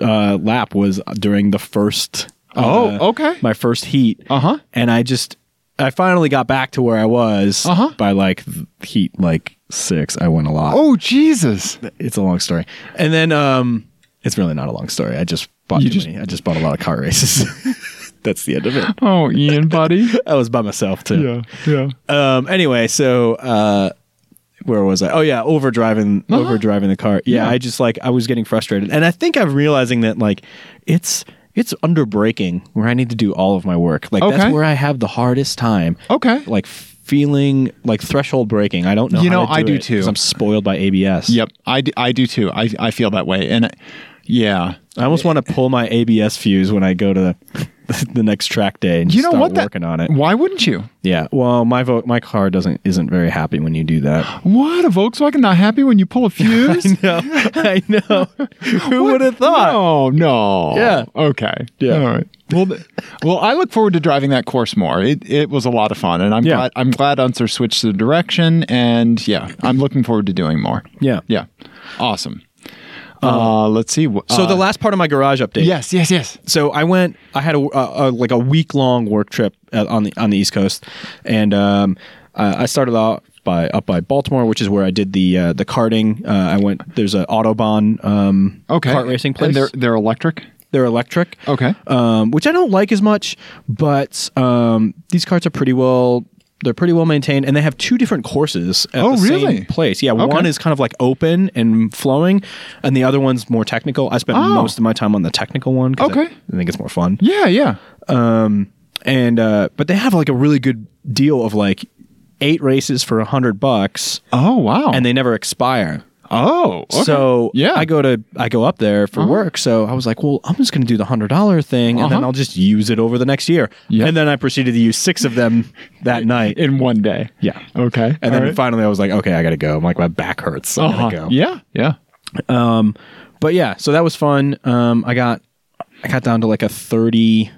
Speaker 1: uh, lap was during the first.
Speaker 2: Oh,
Speaker 1: uh,
Speaker 2: okay.
Speaker 1: My first heat.
Speaker 2: Uh-huh.
Speaker 1: And I just I finally got back to where I was
Speaker 2: Uh-huh.
Speaker 1: by like th- heat like six. I went a lot.
Speaker 2: Oh Jesus!
Speaker 1: It's a long story. And then um, it's really not a long story. I just bought
Speaker 2: You
Speaker 1: too
Speaker 2: just-
Speaker 1: many. I just bought a lot of car races. That's the end of it.
Speaker 2: Oh Ian, buddy.
Speaker 1: I was by myself too
Speaker 2: yeah, yeah.
Speaker 1: um anyway so uh where was i oh yeah overdriving
Speaker 2: Uh-huh.
Speaker 1: overdriving the car yeah, i just like i was getting frustrated and i think i'm realizing that like it's it's under braking where i need to do all of my work like
Speaker 2: Okay.
Speaker 1: that's where i have the hardest time
Speaker 2: Okay.
Speaker 1: like feeling like threshold braking i don't know
Speaker 2: You
Speaker 1: how
Speaker 2: know,
Speaker 1: to
Speaker 2: I do
Speaker 1: it 'cause
Speaker 2: too.
Speaker 1: i'm spoiled by abs
Speaker 2: Yep, I do, I do too. I I feel that way, and I, yeah.
Speaker 1: i almost want to pull my abs fuse when i go to the, the next track day and
Speaker 2: You
Speaker 1: just
Speaker 2: know
Speaker 1: start
Speaker 2: what? That-
Speaker 1: working on it
Speaker 2: Why wouldn't you?
Speaker 1: yeah well my vo- my car doesn't isn't very happy when you do that
Speaker 2: What a Volkswagen not happy when you pull a fuse?
Speaker 1: No, I know. Who would have thought?
Speaker 2: Oh no.
Speaker 1: Yeah.
Speaker 2: Okay. Yeah. All right. Well, th- well, I look forward to driving that course more. It it was a lot of fun, and I'm
Speaker 1: Yeah.
Speaker 2: glad I'm glad Unser switched the direction, and yeah, I'm looking forward to doing more.
Speaker 1: Yeah.
Speaker 2: Yeah. Awesome. Uh, let's see. wh-
Speaker 1: So
Speaker 2: uh,
Speaker 1: the last part of my garage update.
Speaker 2: yes, yes, yes.
Speaker 1: So I went. I had a, a, a like a week long work trip uh, on the on the East Coast, and um, uh, I started off by up by Baltimore, which is where I did the uh, the karting. Uh, I went. There's a autobahn um,
Speaker 2: Okay.
Speaker 1: kart racing place.
Speaker 2: And they're they're electric.
Speaker 1: They're electric.
Speaker 2: Okay.
Speaker 1: Um, which I don't like as much, but um, these carts are pretty well. They're pretty well maintained, and they have two different courses at
Speaker 2: Oh,
Speaker 1: the
Speaker 2: really?
Speaker 1: same place. Yeah,
Speaker 2: Okay.
Speaker 1: one is kind of like open and flowing, and the other one's more technical. I spend
Speaker 2: Oh.
Speaker 1: most of my time on the technical one. 'cause
Speaker 2: Okay.
Speaker 1: I, I think it's more fun.
Speaker 2: Yeah. Yeah.
Speaker 1: Um, and uh, but they have like a really good deal of like eight races for a hundred bucks,
Speaker 2: Oh wow.
Speaker 1: and they never expire.
Speaker 2: oh. okay.
Speaker 1: So
Speaker 2: yeah.
Speaker 1: I go to I go up there for work. So I was like, well, I'm just going to do the hundred dollar thing, and then
Speaker 2: Uh-huh.
Speaker 1: I'll just use it over the next year.
Speaker 2: Yeah.
Speaker 1: And then I proceeded to use six of them that night.
Speaker 2: in one day.
Speaker 1: Yeah.
Speaker 2: Okay.
Speaker 1: And then
Speaker 2: All right.
Speaker 1: finally, I was like, okay, I got to go. I'm like, my back hurts. So I
Speaker 2: Uh-huh.
Speaker 1: gotta go.
Speaker 2: Yeah. Yeah.
Speaker 1: But yeah, so that was fun. Um, I got I got down to like a thirty.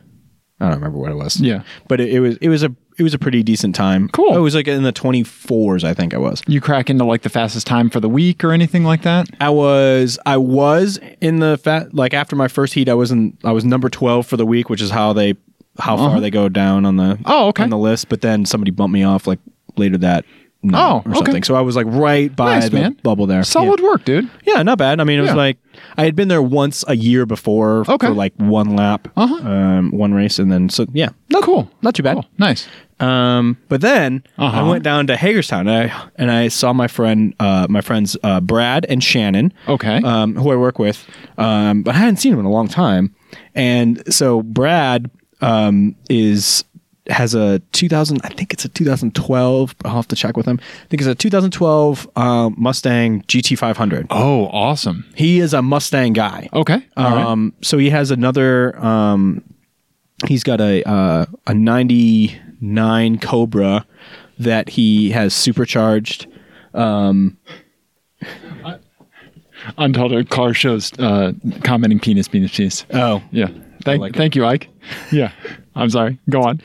Speaker 1: I don't remember what it was.
Speaker 2: Yeah.
Speaker 1: But it, it was it was a it was a pretty decent time.
Speaker 2: Cool.
Speaker 1: It was like in the twenty fours. I think I was.
Speaker 2: You crack into like the fastest time for the week or anything like that?
Speaker 1: I was I was in the fat like after my first heat I was in I was number twelve for the week, which is how they how far they go down on the
Speaker 2: Uh-huh. Oh, okay.
Speaker 1: on the list. But then somebody bumped me off like later that night
Speaker 2: Oh,
Speaker 1: or
Speaker 2: okay.
Speaker 1: something. So I was like right by
Speaker 2: Nice,
Speaker 1: the
Speaker 2: man.
Speaker 1: bubble there.
Speaker 2: Solid
Speaker 1: Yeah.
Speaker 2: work, dude.
Speaker 1: Yeah, not bad. I mean, it was
Speaker 2: Yeah.
Speaker 1: like I had been there once a year before
Speaker 2: Okay.
Speaker 1: for like one lap,
Speaker 2: Uh-huh.
Speaker 1: um, one race, and then so yeah,
Speaker 2: No, cool.
Speaker 1: not too bad.
Speaker 2: Cool. Nice.
Speaker 1: Um, but then
Speaker 2: Uh-huh.
Speaker 1: I went down to Hagerstown and I, and I saw my friend, uh, my friends uh, Brad and Shannon,
Speaker 2: Okay.
Speaker 1: um, who I work with. Um, but I hadn't seen them in a long time, and so Brad um, is has a 2000, I think it's a 2012. I'll have to check with him. I think it's a 2012 uh, Mustang GT500.
Speaker 2: Oh, awesome.
Speaker 1: He is a Mustang guy.
Speaker 2: Okay. All right.
Speaker 1: Um, so he has another. Um, he's got a uh, a ninety nine Cobra that he has supercharged.
Speaker 2: Untitled car shows uh, commenting penis, penis, penis.
Speaker 1: Oh,
Speaker 2: yeah. Thank,
Speaker 1: like it.
Speaker 2: thank you, Ike. Yeah. I'm sorry. Go on.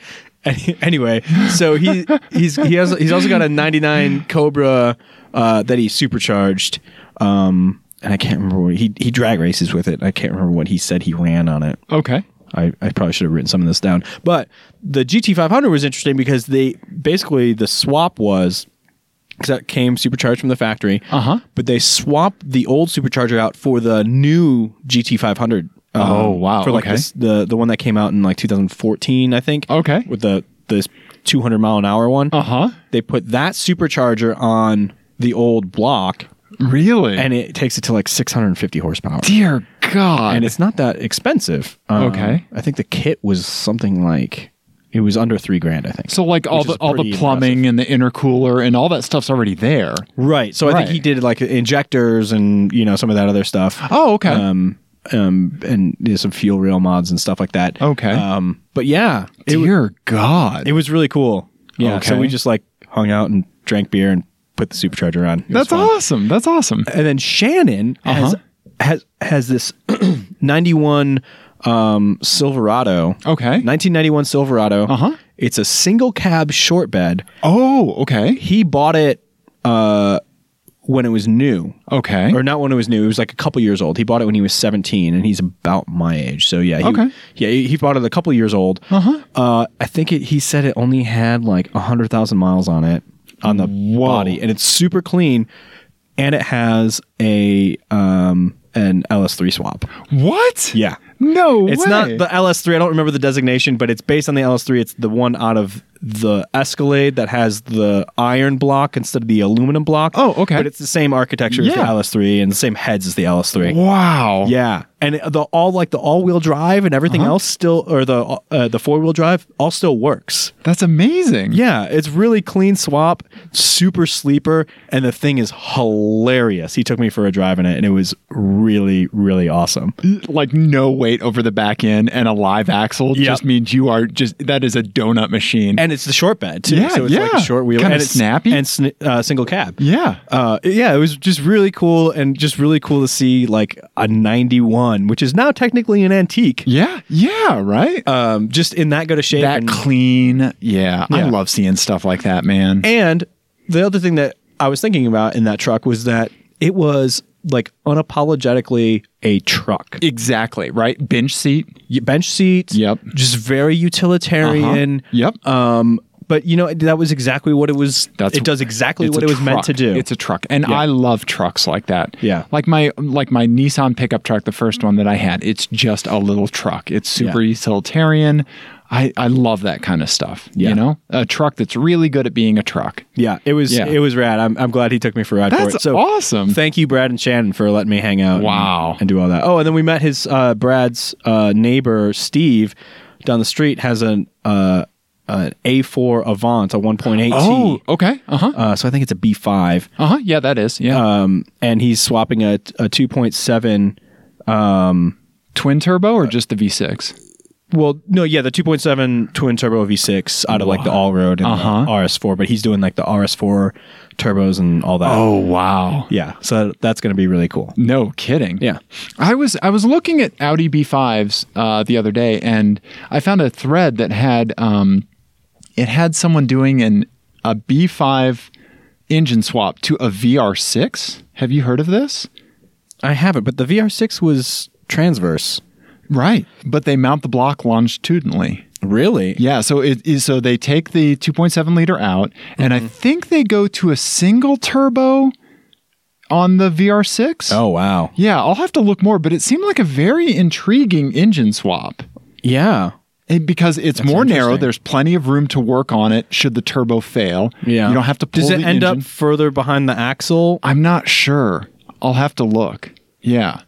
Speaker 1: anyway, so he he's he has he's also got a ninety nine Cobra uh, that he supercharged. Um, and I can't remember what he he drag races with it. I can't remember what he said he ran on it.
Speaker 2: Okay.
Speaker 1: I, I probably should have written some of this down. But the GT500 was interesting because they basically the swap was because that came supercharged from the factory.
Speaker 2: Uh-huh.
Speaker 1: But they swapped the old supercharger out for the new GT500. um,
Speaker 2: Oh, wow,
Speaker 1: For like
Speaker 2: okay.
Speaker 1: this, the the one that came out in like 2014, I think.
Speaker 2: Okay.
Speaker 1: With the this 200 mile an hour one.
Speaker 2: Uh huh.
Speaker 1: They put that supercharger on the old block,
Speaker 2: Really?
Speaker 1: and it takes it to like 650 horsepower
Speaker 2: dear God.
Speaker 1: and it's not that expensive. Um,
Speaker 2: Okay.
Speaker 1: I think the kit was something like it was under three grand. I think.
Speaker 2: so like all
Speaker 1: Which
Speaker 2: the
Speaker 1: is
Speaker 2: all the
Speaker 1: pretty
Speaker 2: plumbing and the intercooler and all that stuff's already there.
Speaker 1: right. So I
Speaker 2: Right.
Speaker 1: think he did like injectors and you know some of that other stuff.
Speaker 2: Oh, okay.
Speaker 1: Um, um, and you know, some fuel rail mods and stuff like that.
Speaker 2: Okay.
Speaker 1: Um, but yeah, it, w-
Speaker 2: dear God.
Speaker 1: it was really cool. Yeah. So
Speaker 2: Okay.
Speaker 1: we just like hung out and drank beer and put the supercharger on. It was
Speaker 2: That's
Speaker 1: fun. Uh-huh.
Speaker 2: awesome. That's awesome.
Speaker 1: and then Shannon has has has this ninety one um, Silverado.
Speaker 2: Okay.
Speaker 1: nineteen ninety one Silverado. Uh
Speaker 2: Uh-huh.
Speaker 1: It's a single cab short bed.
Speaker 2: Oh, okay.
Speaker 1: He bought it uh, when it was new.
Speaker 2: Okay.
Speaker 1: Or not when it was new. It was like a couple years old. He bought it when he was 17, and he's about my age. So yeah, he,
Speaker 2: Okay.
Speaker 1: yeah, he he bought it a couple years old. Uh-huh. I think it, he said it only had like hundred thousand miles on it on the body, and it's super clean, and it has a um an LS3 swap.
Speaker 2: What?
Speaker 1: Yeah.
Speaker 2: No
Speaker 1: It's
Speaker 2: way.
Speaker 1: not the LS3. I don't remember the designation, but it's based on the LS3. It's the one out of the Escalade that has the iron block instead of the aluminum block.
Speaker 2: Oh, okay.
Speaker 1: But it's the same architecture as the
Speaker 2: Yeah.
Speaker 1: LS3 and the same heads as the LS3.
Speaker 2: Wow.
Speaker 1: Yeah, and it- the all like the all-wheel drive and everything
Speaker 2: Uh-huh.
Speaker 1: else still, or the uh, the four-wheel drive all still works.
Speaker 2: That's amazing.
Speaker 1: Yeah, it's really clean swap, super sleeper, and the thing is hilarious. He took me for a drive in it, and it was really, really awesome.
Speaker 2: Like no weight over the back end and a live axle
Speaker 1: Yeah.
Speaker 2: just means you are just that is a donut machine.
Speaker 1: and it's the short bed too.
Speaker 2: Yeah,
Speaker 1: so it's like
Speaker 2: yeah.
Speaker 1: a short wheel
Speaker 2: Kinda
Speaker 1: and it's
Speaker 2: snappy.
Speaker 1: and sn- uh, single cab.
Speaker 2: yeah.
Speaker 1: Uh, yeah, it was just really cool and just really cool to see like a 91, which is now technically an antique.
Speaker 2: yeah. Yeah, right?
Speaker 1: Um, just in that good of shape.
Speaker 2: that
Speaker 1: and,
Speaker 2: clean. Yeah, I
Speaker 1: Yeah.
Speaker 2: love seeing stuff like that, man.
Speaker 1: and the other thing that I was thinking about in that truck was that it was like unapologetically a truck.
Speaker 2: exactly, right? Bench seat.
Speaker 1: Y- Bench seats.
Speaker 2: Yep.
Speaker 1: Just very utilitarian.
Speaker 2: Yep.
Speaker 1: Um, but you know that was exactly what it was.
Speaker 2: That's-
Speaker 1: it does exactly
Speaker 2: It's
Speaker 1: what
Speaker 2: a
Speaker 1: it was meant
Speaker 2: truck.
Speaker 1: to do.
Speaker 2: It's a truck, and
Speaker 1: Yeah.
Speaker 2: I love trucks like that.
Speaker 1: Yeah.
Speaker 2: like my like my Nissan pickup truck, the first one that I had. It's just a little truck. It's super utilitarian. I I love that kind of stuff.
Speaker 1: Yeah.
Speaker 2: You know, a truck that's really good at being a truck.
Speaker 1: Yeah, it was
Speaker 2: Yeah.
Speaker 1: it was rad. I'm, I'm glad he took me for a ride for
Speaker 2: That's
Speaker 1: it. So
Speaker 2: awesome.
Speaker 1: Thank you, Brad and Shannon, for letting me hang out. and-
Speaker 2: Wow.
Speaker 1: And, do all that. Oh, and then we met his uh, Brad's uh, neighbor Steve down the street has an uh, an A4 Avant, a 1.8 T.
Speaker 2: okay. Uh huh.
Speaker 1: Uh, so I think it's a B5,
Speaker 2: Uh huh. Yeah, that is. Yeah.
Speaker 1: um, and he's swapping a, a 2.7.
Speaker 2: Twin turbo or just the V6?
Speaker 1: Well, no, yeah, the 2.7 twin turbo V6 out of like the all road and the
Speaker 2: Uh-huh.
Speaker 1: RS4, but he's doing like the RS4 turbos and all
Speaker 2: Oh.
Speaker 1: that.
Speaker 2: wow.
Speaker 1: yeah. So that's going to be really cool.
Speaker 2: No kidding.
Speaker 1: Yeah.
Speaker 2: I was I was looking at Audi B5s uh, the other day, and I found a thread that had um, it had someone doing an a B5 engine swap to a VR6. Have you heard of this?
Speaker 1: I haven't, but the VR6 was transverse.
Speaker 2: Right, but they mount the block longitudinally.
Speaker 1: Really?
Speaker 2: Yeah, so it is so they take the 2.7 liter out, and
Speaker 1: Mm-hmm.
Speaker 2: I think they go to a single turbo on the VR6.
Speaker 1: Oh wow.
Speaker 2: Yeah, I'll have to look more, but it seemed like a very intriguing engine swap.
Speaker 1: Yeah.
Speaker 2: It- because it's more narrow.
Speaker 1: interesting.
Speaker 2: There's plenty of room to work on it. Should the turbo fail,
Speaker 1: Yeah.
Speaker 2: you don't have to pull
Speaker 1: Does it
Speaker 2: the
Speaker 1: end
Speaker 2: engine.
Speaker 1: up further behind the axle?
Speaker 2: I'm not sure. I'll have to look. Yeah,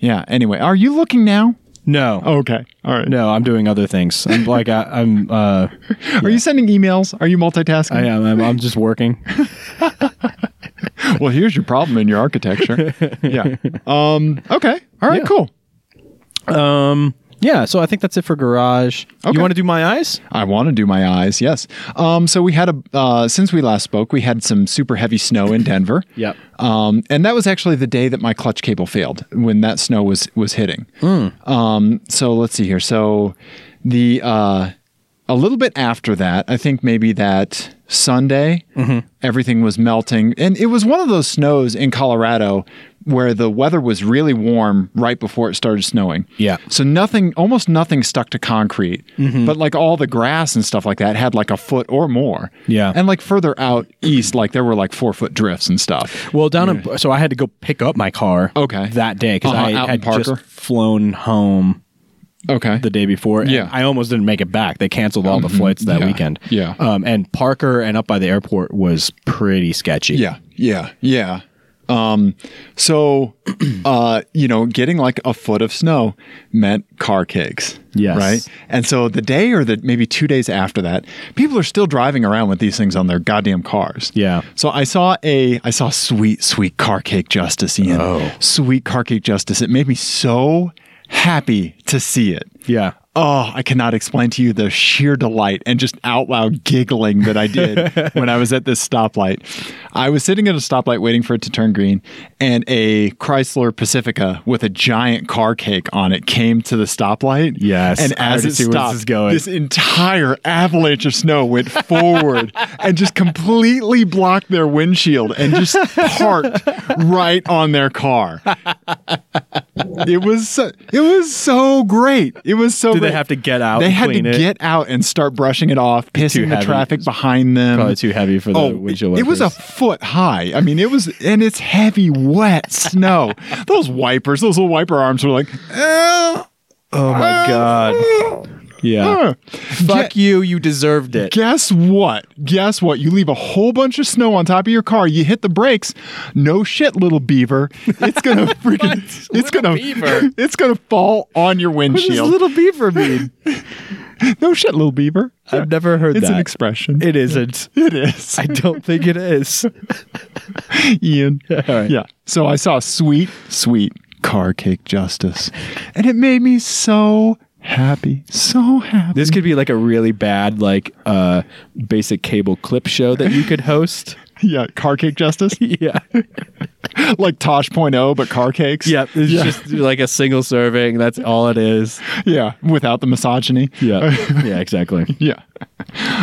Speaker 2: yeah. Anyway, are you looking now?
Speaker 1: No.
Speaker 2: Okay. All right.
Speaker 1: Oh, No, I'm doing other things. I'm like I, I'm. Uh,
Speaker 2: Are you sending emails? Are you multitasking?
Speaker 1: I am. I'm, I'm just working.
Speaker 2: Well, here's your problem in your architecture. yeah. Um. Okay. All right.
Speaker 1: Yeah.
Speaker 2: Cool.
Speaker 1: Um. Yeah. So I think that's it for garage.
Speaker 2: Okay.
Speaker 1: You want to do my eyes?
Speaker 2: I want to do my eyes. Yes. Um. So we had a uh, since we last spoke, we had some super heavy snow in Denver.
Speaker 1: Yep.
Speaker 2: Um, and that was actually the day that my clutch cable failed when that snow was was hitting.
Speaker 1: Hmm.
Speaker 2: Um, so let's see here. So the uh, a little bit after that, I think maybe that Sunday,
Speaker 1: Mm-hmm.
Speaker 2: everything was melting, and it was one of those snows in Colorado where the weather was really warm right before it started snowing.
Speaker 1: Yeah. Mm-hmm.
Speaker 2: So nothing, almost nothing stuck to concrete, but like all the grass and stuff like that had like a foot or more.
Speaker 1: Yeah.
Speaker 2: And like further out east, like there were like four foot drifts and stuff.
Speaker 1: Well, down in, so I had to go pick up my car.
Speaker 2: Okay.
Speaker 1: That day because
Speaker 2: Uh-huh,
Speaker 1: I
Speaker 2: out in
Speaker 1: had
Speaker 2: Parker?
Speaker 1: just flown home
Speaker 2: Okay.
Speaker 1: the day before. and
Speaker 2: Yeah.
Speaker 1: I almost didn't make it back. They canceled all the flights that
Speaker 2: Yeah.
Speaker 1: weekend.
Speaker 2: Yeah.
Speaker 1: Um. And Parker and up by the airport was pretty sketchy.
Speaker 2: yeah. Yeah. Yeah. Um, so, uh, you know, getting like a foot of snow meant car cakes.
Speaker 1: Yes.
Speaker 2: Right. And so the day or the maybe two days after that, people are still driving around with these things on their goddamn cars.
Speaker 1: Yeah.
Speaker 2: So I saw a I saw sweet, sweet car cake justice, Ian. Oh. Sweet car cake justice. It made me so happy to see it.
Speaker 1: Yeah.
Speaker 2: oh, I cannot explain to you the sheer delight and just out loud giggling that I did when I was at this stoplight. I was sitting at a stoplight waiting for it to turn green, and a Chrysler Pacifica with a giant car cake on it came to the stoplight.
Speaker 1: Yes,
Speaker 2: And
Speaker 1: I
Speaker 2: as
Speaker 1: already
Speaker 2: it
Speaker 1: see where this
Speaker 2: stopped,
Speaker 1: is going.
Speaker 2: this entire avalanche of snow went forward and just completely blocked their windshield and just parked right on their car. It was so- it was so great. It was so.
Speaker 1: Did they
Speaker 2: great.
Speaker 1: have to get out
Speaker 2: They
Speaker 1: and
Speaker 2: had
Speaker 1: clean
Speaker 2: to
Speaker 1: it?
Speaker 2: get out and start brushing it off, pissing the
Speaker 1: heavy.
Speaker 2: traffic behind them.
Speaker 1: Probably too heavy for the
Speaker 2: Oh,
Speaker 1: windshield
Speaker 2: it, it was a
Speaker 1: wipers.
Speaker 2: foot high. I mean, it was, and it's heavy, wet snow. those wipers, those little wiper arms were like, oh
Speaker 1: Oh my god. Yeah.
Speaker 2: Eh.
Speaker 1: Fuck you. You deserved it.
Speaker 2: Guess what? Guess what? You leave a whole bunch of snow on top of your car. You hit the brakes. No shit, little beaver. It's gonna freaking. it's gonna.
Speaker 1: beaver?
Speaker 2: It's gonna fall on your windshield.
Speaker 1: beaver mean?
Speaker 2: no shit, little beaver.
Speaker 1: I've never heard
Speaker 2: It's
Speaker 1: that.
Speaker 2: an expression.
Speaker 1: it isn't.
Speaker 2: it is.
Speaker 1: I don't think it is.
Speaker 2: Ian.
Speaker 1: right.
Speaker 2: Yeah. So I saw sweet, sweet car cake justice, and it made me so happy, so happy.
Speaker 1: This could be like a really bad, like, uh, basic cable clip show that you could host.
Speaker 2: yeah, car cake justice,
Speaker 1: yeah.
Speaker 2: like Tosh.0, but car cakes.
Speaker 1: Yeah. It's
Speaker 2: yeah,
Speaker 1: just like a single serving. That's all it is.
Speaker 2: yeah, without the misogyny. Uh,
Speaker 1: Yeah. yeah, exactly.
Speaker 2: yeah.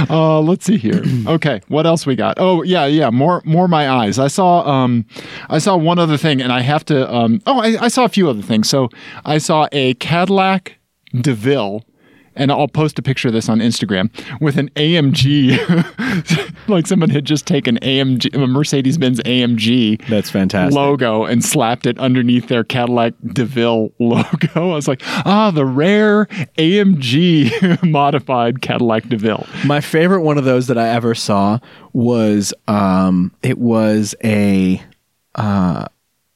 Speaker 2: Uh, let's see here. Okay, what else we got? Oh yeah, yeah. More, more. My eyes. I saw, um, I saw one other thing, and I have to. Um, oh, I, I saw a few other things. So I saw a Cadillac DeVille, and I'll post a picture of this on Instagram with an AMG, like someone had just taken AMG, a Mercedes Benz AMG.
Speaker 1: That's fantastic.
Speaker 2: Logo and slapped it underneath their Cadillac DeVille logo. I was like, ah, the rare AMG modified Cadillac DeVille.
Speaker 1: My favorite one of those that I ever saw was um it was a uh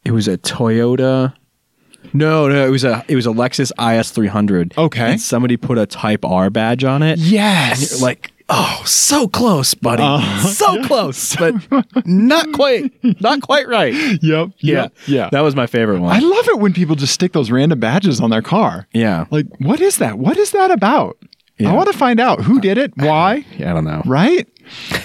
Speaker 1: it was a Toyota no, no, it was a it was a Lexus IS 300.
Speaker 2: Okay.
Speaker 1: and somebody put a Type R badge on it.
Speaker 2: Yes.
Speaker 1: like oh, so close, buddy,
Speaker 2: Uh-huh.
Speaker 1: so close, but not quite, not quite right.
Speaker 2: yep,
Speaker 1: Yeah,
Speaker 2: yep, yeah.
Speaker 1: that was my favorite one.
Speaker 2: I love it when people just stick those random badges on their car.
Speaker 1: yeah,
Speaker 2: Like, what is that? What is that about? I
Speaker 1: Yeah.
Speaker 2: want to find out who did it, why,
Speaker 1: yeah, I don't know.
Speaker 2: right?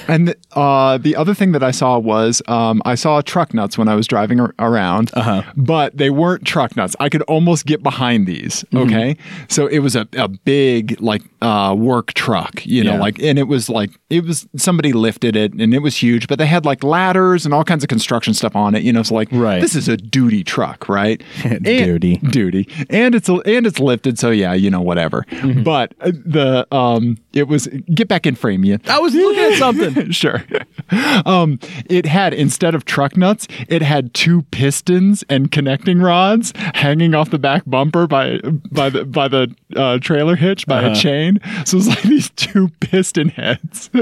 Speaker 2: And uh, the other thing that I saw was um, I saw truck nuts when I was driving ar- around,
Speaker 1: Uh-huh.
Speaker 2: but they weren't truck nuts. I could almost get behind these.
Speaker 1: Mm-hmm.
Speaker 2: Okay, so it was a, a big like uh, work truck, you know,
Speaker 1: Yeah.
Speaker 2: like and it was like it was somebody lifted it and it was huge, but they had like ladders and all kinds of construction stuff on it, you know. So like,
Speaker 1: Right.
Speaker 2: this is a duty truck, right? And-
Speaker 1: Duty.
Speaker 2: duty, and it's and it's lifted, so yeah, you know, whatever.
Speaker 1: Mm-hmm.
Speaker 2: But uh, the um, it was get back in frame, you
Speaker 1: I was looking at something.
Speaker 2: sure. Um, it had instead of truck nuts, it had two pistons and connecting rods hanging off the back bumper by by the by the uh, trailer hitch by
Speaker 1: Uh-huh.
Speaker 2: a chain. So it's like these two piston heads.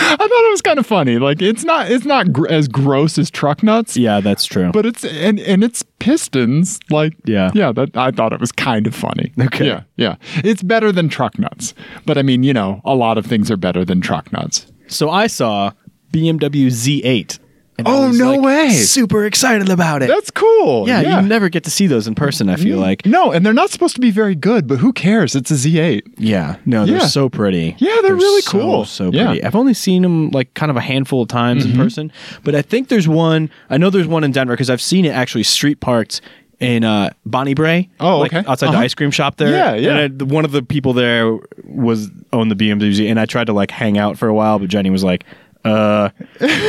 Speaker 2: I thought it was kind of funny. Like it's not it's not gr- as gross as truck nuts.
Speaker 1: Yeah, that's true.
Speaker 2: But it's and and it's pistons like
Speaker 1: Yeah.
Speaker 2: yeah that I thought it was kind of funny
Speaker 1: Okay.
Speaker 2: yeah yeah it's better than truck nuts but I mean you know a lot of things are better than truck nuts
Speaker 1: So I saw BMW Z8. and I
Speaker 2: Oh,
Speaker 1: was,
Speaker 2: no way.
Speaker 1: Super excited about it.
Speaker 2: That's Mm-hmm. cool.
Speaker 1: yeah, you never get to see those in person. I feel like.
Speaker 2: no, and they're not supposed to be very good, but who cares? It's a Z8.
Speaker 1: Yeah, no, they're
Speaker 2: Yeah.
Speaker 1: so pretty.
Speaker 2: Yeah, they're really
Speaker 1: so,
Speaker 2: cool.
Speaker 1: So
Speaker 2: Yeah. Mm-hmm.
Speaker 1: pretty. I've only seen them like kind of a handful of times in person, but I think there's one. I know there's one in Denver because I've seen it actually street parked in uh, Bonnie Bray.
Speaker 2: Oh,
Speaker 1: like,
Speaker 2: okay.
Speaker 1: outside
Speaker 2: Uh-huh.
Speaker 1: the ice cream shop there.
Speaker 2: Yeah, yeah.
Speaker 1: And I, the- one of the people there was owned the BMW, and I tried to like hang out for a while, but Jenny was like, "Uh,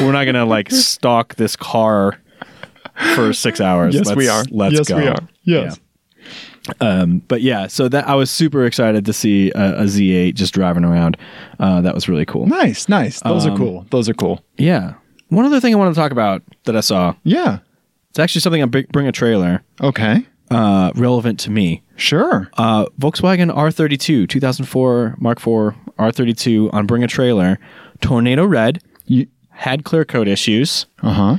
Speaker 1: we're not gonna like stalk this car." For six hours.
Speaker 2: Yes,
Speaker 1: Let's-
Speaker 2: we are.
Speaker 1: Let's
Speaker 2: yes,
Speaker 1: go.
Speaker 2: we are.
Speaker 1: Yeah.
Speaker 2: Yes.
Speaker 1: Um, But yeah, so that I was super excited to see a, a Z8 just driving around. Uh, that was really cool.
Speaker 2: Nice, nice. Those are cool. Those are cool.
Speaker 1: Yeah. One other thing I want to talk about that I saw.
Speaker 2: Yeah.
Speaker 1: It's actually something I br- bring a trailer
Speaker 2: Okay.
Speaker 1: uh, relevant to me.
Speaker 2: Sure.
Speaker 1: Uh, Volkswagen R32, 2004 Mark IV R32 on bring a trailer, tornado red,
Speaker 2: You,
Speaker 1: had clear coat issues,
Speaker 2: uh-huh.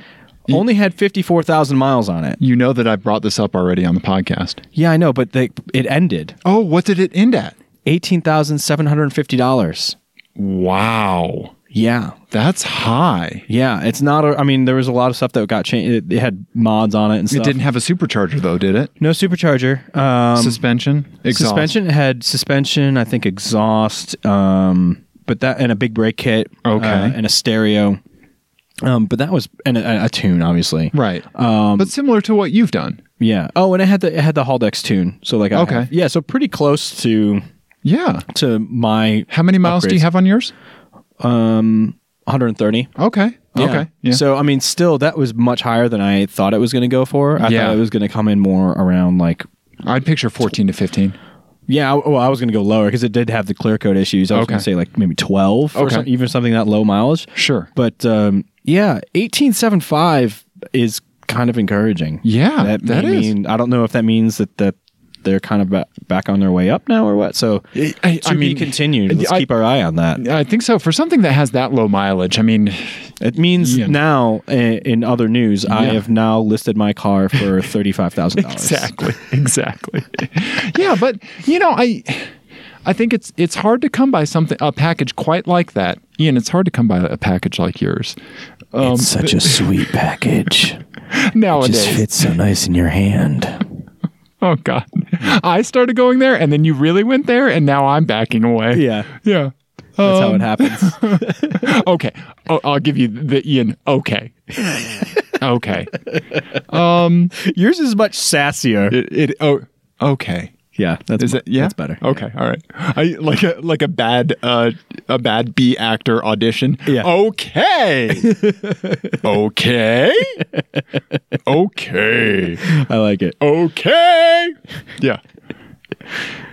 Speaker 1: only had 54,000 miles on it.
Speaker 2: You know that I brought this up already on the podcast.
Speaker 1: Yeah, I know, but they, it ended
Speaker 2: Oh, what did it end at?
Speaker 1: $18,750.
Speaker 2: Wow.
Speaker 1: Yeah.
Speaker 2: That's high.
Speaker 1: Yeah. It's not, a, I mean, there was a lot of stuff that got changed. It, it had mods on it and stuff.
Speaker 2: It didn't have a supercharger though, did it?
Speaker 1: No supercharger. Um,
Speaker 2: suspension, exhaust.
Speaker 1: suspension had suspension, I think exhaust, um, but that, and a big brake kit.
Speaker 2: Okay.
Speaker 1: uh, and a stereo. Um, but that was, and a, a tune, obviously.
Speaker 2: right?
Speaker 1: Um,
Speaker 2: but similar to what you've done.
Speaker 1: Yeah. Oh, and it had the it had the Haldex tune. So like, I
Speaker 2: Okay.
Speaker 1: have- yeah. So pretty close to
Speaker 2: Yeah.
Speaker 1: to my
Speaker 2: How many miles do you
Speaker 1: Upgrades.
Speaker 2: have on yours?
Speaker 1: um 130.
Speaker 2: Okay.
Speaker 1: Yeah.
Speaker 2: Okay. Yeah.
Speaker 1: So I mean, still that was much higher than I thought it was going to go for. I
Speaker 2: Yeah.
Speaker 1: thought it was going to come in more around like.
Speaker 2: I'd picture 14 to 15.
Speaker 1: Yeah, I, well, I was going to go lower because it did have the clear coat issues. I was
Speaker 2: Okay.
Speaker 1: going to say like maybe twelve or
Speaker 2: Okay.
Speaker 1: some- even something that low mileage.
Speaker 2: Sure.
Speaker 1: But um, yeah, eighteen seven five is kind of encouraging.
Speaker 2: Yeah,
Speaker 1: that,
Speaker 2: that
Speaker 1: may
Speaker 2: is.
Speaker 1: mean I don't know if that means that that they're kind of ba- back on their way up now or what. So
Speaker 2: I- I-
Speaker 1: to
Speaker 2: I
Speaker 1: be
Speaker 2: mean,
Speaker 1: continued. Let's
Speaker 2: I-
Speaker 1: keep our eye on that.
Speaker 2: I think so. For something that has that low mileage, I mean,
Speaker 1: It means
Speaker 2: Yeah.
Speaker 1: now i- in other news, I
Speaker 2: Yeah.
Speaker 1: have now listed my car for thirty five thousand dollars.
Speaker 2: exactly, exactly. yeah, but you know, I, I think it's it's hard to come by something a package quite like that, Ian. It's hard to come by a package like yours um,
Speaker 4: It's such a sweet package.
Speaker 2: nowadays.
Speaker 4: Just fits so nice in your hand.
Speaker 2: Oh God, I started going there, and then you really went there, and now I'm backing away.
Speaker 1: Yeah.
Speaker 2: yeah. Um,
Speaker 1: That's how it happens.
Speaker 2: okay. Oh, I'll give you the Ian. Okay. okay.
Speaker 1: Yours is much sassier.
Speaker 2: It, it. Oh. Okay.
Speaker 1: Yeah, Oh. that's
Speaker 2: Is it? Yeah.
Speaker 1: that's better.
Speaker 2: Okay. All right. I like a like a bad uh a bad B actor audition.
Speaker 1: Yeah.
Speaker 2: Okay. okay. Okay.
Speaker 1: I like it.
Speaker 2: Okay. Yeah.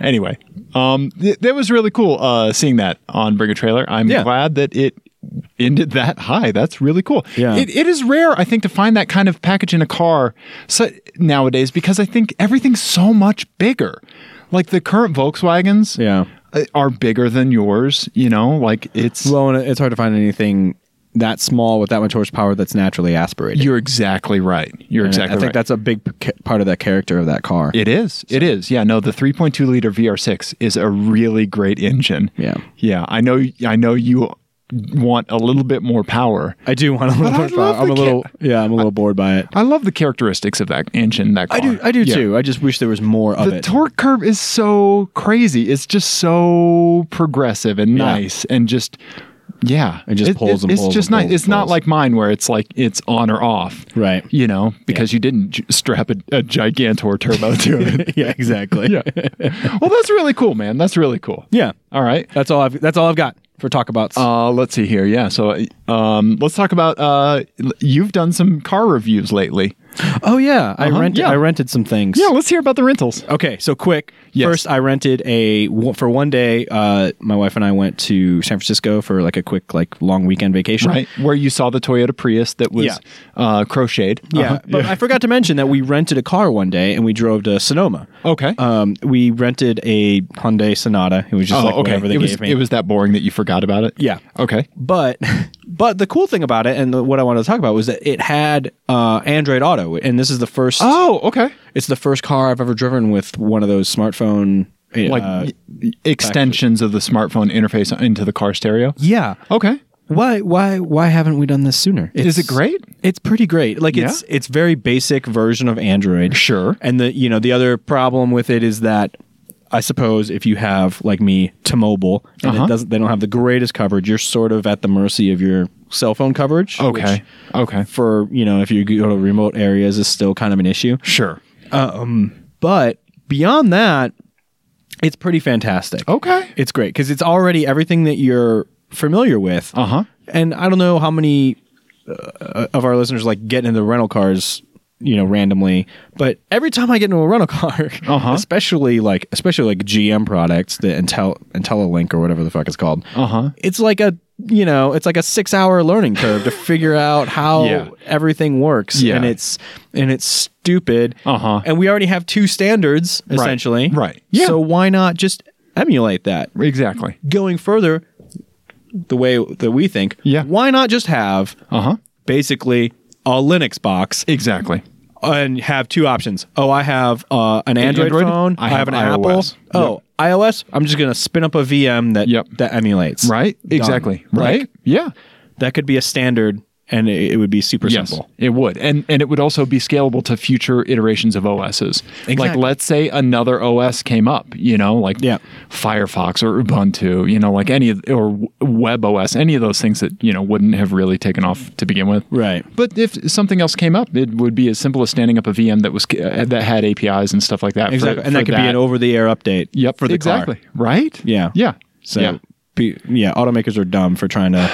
Speaker 2: Anyway, um, th- that was really cool uh, seeing that on Bring a Trailer. I'm
Speaker 1: Yeah.
Speaker 2: glad that it ended that high. That's really cool.
Speaker 1: Yeah.
Speaker 2: It, it is rare, I think, to find that kind of package in a car so, nowadays because I think everything's so much bigger. Like the current Volkswagens
Speaker 1: Yeah.
Speaker 2: uh, are bigger than yours, you know? Like it's.
Speaker 1: Well, and it's hard to find anything that small with that much horsepower that's naturally aspirated.
Speaker 2: you're exactly right. You're
Speaker 1: And I-
Speaker 2: exactly
Speaker 1: I think
Speaker 2: right.
Speaker 1: that's a big p- ca- part of that character of that car.
Speaker 2: It is. It is. Yeah. No, the 3.2 liter VR6 is a really great engine.
Speaker 1: Yeah.
Speaker 2: Yeah. I know. I know you want a little bit more power.
Speaker 1: I do want a little.
Speaker 2: I
Speaker 1: more
Speaker 2: love
Speaker 1: power. I'm
Speaker 2: the
Speaker 1: a little. Yeah, I'm a little bored by it.
Speaker 2: I love the characteristics of that engine. That car.
Speaker 1: I do. I do
Speaker 2: Yeah.
Speaker 1: too. I just wish there was more of
Speaker 2: The
Speaker 1: it.
Speaker 2: torque curve is so crazy. It's just so progressive and nice and just. Yeah,
Speaker 1: It just pulls and
Speaker 2: it's
Speaker 1: pulls
Speaker 2: just
Speaker 1: and
Speaker 2: nice.
Speaker 1: pulls
Speaker 2: it's
Speaker 1: and
Speaker 2: not
Speaker 1: pulls.
Speaker 2: like mine where it's like it's on or off,
Speaker 1: Right.
Speaker 2: You know, because you didn't j- strap a, a gigantor turbo to it.
Speaker 1: yeah, exactly.
Speaker 2: yeah. Well, that's really cool, man. That's really cool.
Speaker 1: Yeah.
Speaker 2: All right.
Speaker 1: That's all I've that's all I've got for talk about.
Speaker 2: Uh, let's see here. Yeah. So um, let's talk about uh, you've done some car reviews lately.
Speaker 1: oh yeah, I rented
Speaker 2: yeah.
Speaker 1: I rented some things.
Speaker 2: Yeah. Let's hear about the rentals.
Speaker 1: Okay, so quick.
Speaker 2: Yes.
Speaker 1: First, I rented a for one day. Uh, my wife and I went to San Francisco for like a quick, like long weekend vacation.
Speaker 2: Right. Where you saw the Toyota Prius that was
Speaker 1: Yeah.
Speaker 2: uh, crocheted.
Speaker 1: Yeah,
Speaker 2: Uh-huh.
Speaker 1: but I forgot to mention that we rented a car one day and we drove to Sonoma.
Speaker 2: Okay. Uh,
Speaker 1: Um, we rented a Hyundai Sonata. It was just
Speaker 2: oh,
Speaker 1: like
Speaker 2: okay.
Speaker 1: whatever they
Speaker 2: it
Speaker 1: gave
Speaker 2: was
Speaker 1: me.
Speaker 2: it was that boring that you forgot about it.
Speaker 1: Yeah.
Speaker 2: Okay.
Speaker 1: but but the cool thing about it and what I wanted to talk about was that it had uh, Android Auto, and this is the first.
Speaker 2: Oh, okay.
Speaker 1: It's the first car I've ever driven with one of those smartphone. uh,
Speaker 2: Like y- extensions of the smartphone interface into the car stereo.
Speaker 1: yeah.
Speaker 2: Okay.
Speaker 1: Why why why haven't we done this sooner? It's,
Speaker 2: it great?
Speaker 1: It's pretty great. Like it's it's very basic version of Android.
Speaker 2: Sure.
Speaker 1: And the you know the other problem with it is that I suppose if you have like me T-Mobile and
Speaker 2: Uh-huh.
Speaker 1: it doesn't they don't have the greatest coverage, you're sort of at the mercy of your cell phone coverage.
Speaker 2: Okay. okay.
Speaker 1: which for you know if you go to remote areas is still kind of an issue.
Speaker 2: Sure.
Speaker 1: But beyond that, it's pretty fantastic.
Speaker 2: Okay.
Speaker 1: It's great because it's already everything that you're familiar with.
Speaker 2: Uh huh.
Speaker 1: And I don't know how many uh, of our listeners like get into rental cars, you know, randomly. But every time I get into a rental car,
Speaker 2: Uh-huh.
Speaker 1: especially like especially like GM products, the Intel IntelliLink or whatever the fuck it's called,
Speaker 2: Uh-huh.
Speaker 1: it's like a you know, it's like a six hour learning curve to figure out how
Speaker 2: Yeah.
Speaker 1: everything works.
Speaker 2: Yeah.
Speaker 1: And it's and it's stupid.
Speaker 2: Uh-huh.
Speaker 1: And we already have two standards essentially.
Speaker 2: Right. Yeah.
Speaker 1: Yeah. So why not just emulate that?
Speaker 2: Exactly.
Speaker 1: going further the way that we think
Speaker 2: Yeah.
Speaker 1: why not just have
Speaker 2: Uh huh.
Speaker 1: basically a linux box
Speaker 2: Exactly.
Speaker 1: and have two options oh i have uh, an android,
Speaker 2: Android.
Speaker 1: phone
Speaker 2: I
Speaker 1: i
Speaker 2: have
Speaker 1: have, an
Speaker 2: iOS.
Speaker 1: apple oh ios i'm just going to spin up a vm that
Speaker 2: Yep.
Speaker 1: that emulates
Speaker 2: Right.
Speaker 1: Done.
Speaker 2: Exactly.
Speaker 1: Like,
Speaker 2: Right. Yeah.
Speaker 1: That could be a standard, and it, it would be super simple.
Speaker 2: It would. And and it would also be scalable to future iterations of OSs. Like
Speaker 1: Exactly.
Speaker 2: let's say another OS came up, you know, like
Speaker 1: Yeah.
Speaker 2: Firefox or Ubuntu, you know, like any of or web OS, any of those things that, you know, wouldn't have really taken off to begin with.
Speaker 1: Right.
Speaker 2: But if something else came up, it would be as simple as standing up a VM that was uh, that had APIs and stuff like that. for-
Speaker 1: Exactly, and
Speaker 2: for
Speaker 1: that could be an over-the-air update.
Speaker 2: Yep,
Speaker 1: for the
Speaker 2: exactly.
Speaker 1: car.
Speaker 2: Right?
Speaker 1: Yeah.
Speaker 2: Yeah.
Speaker 1: So
Speaker 2: yeah.
Speaker 1: yeah. yeah, automakers are dumb for trying to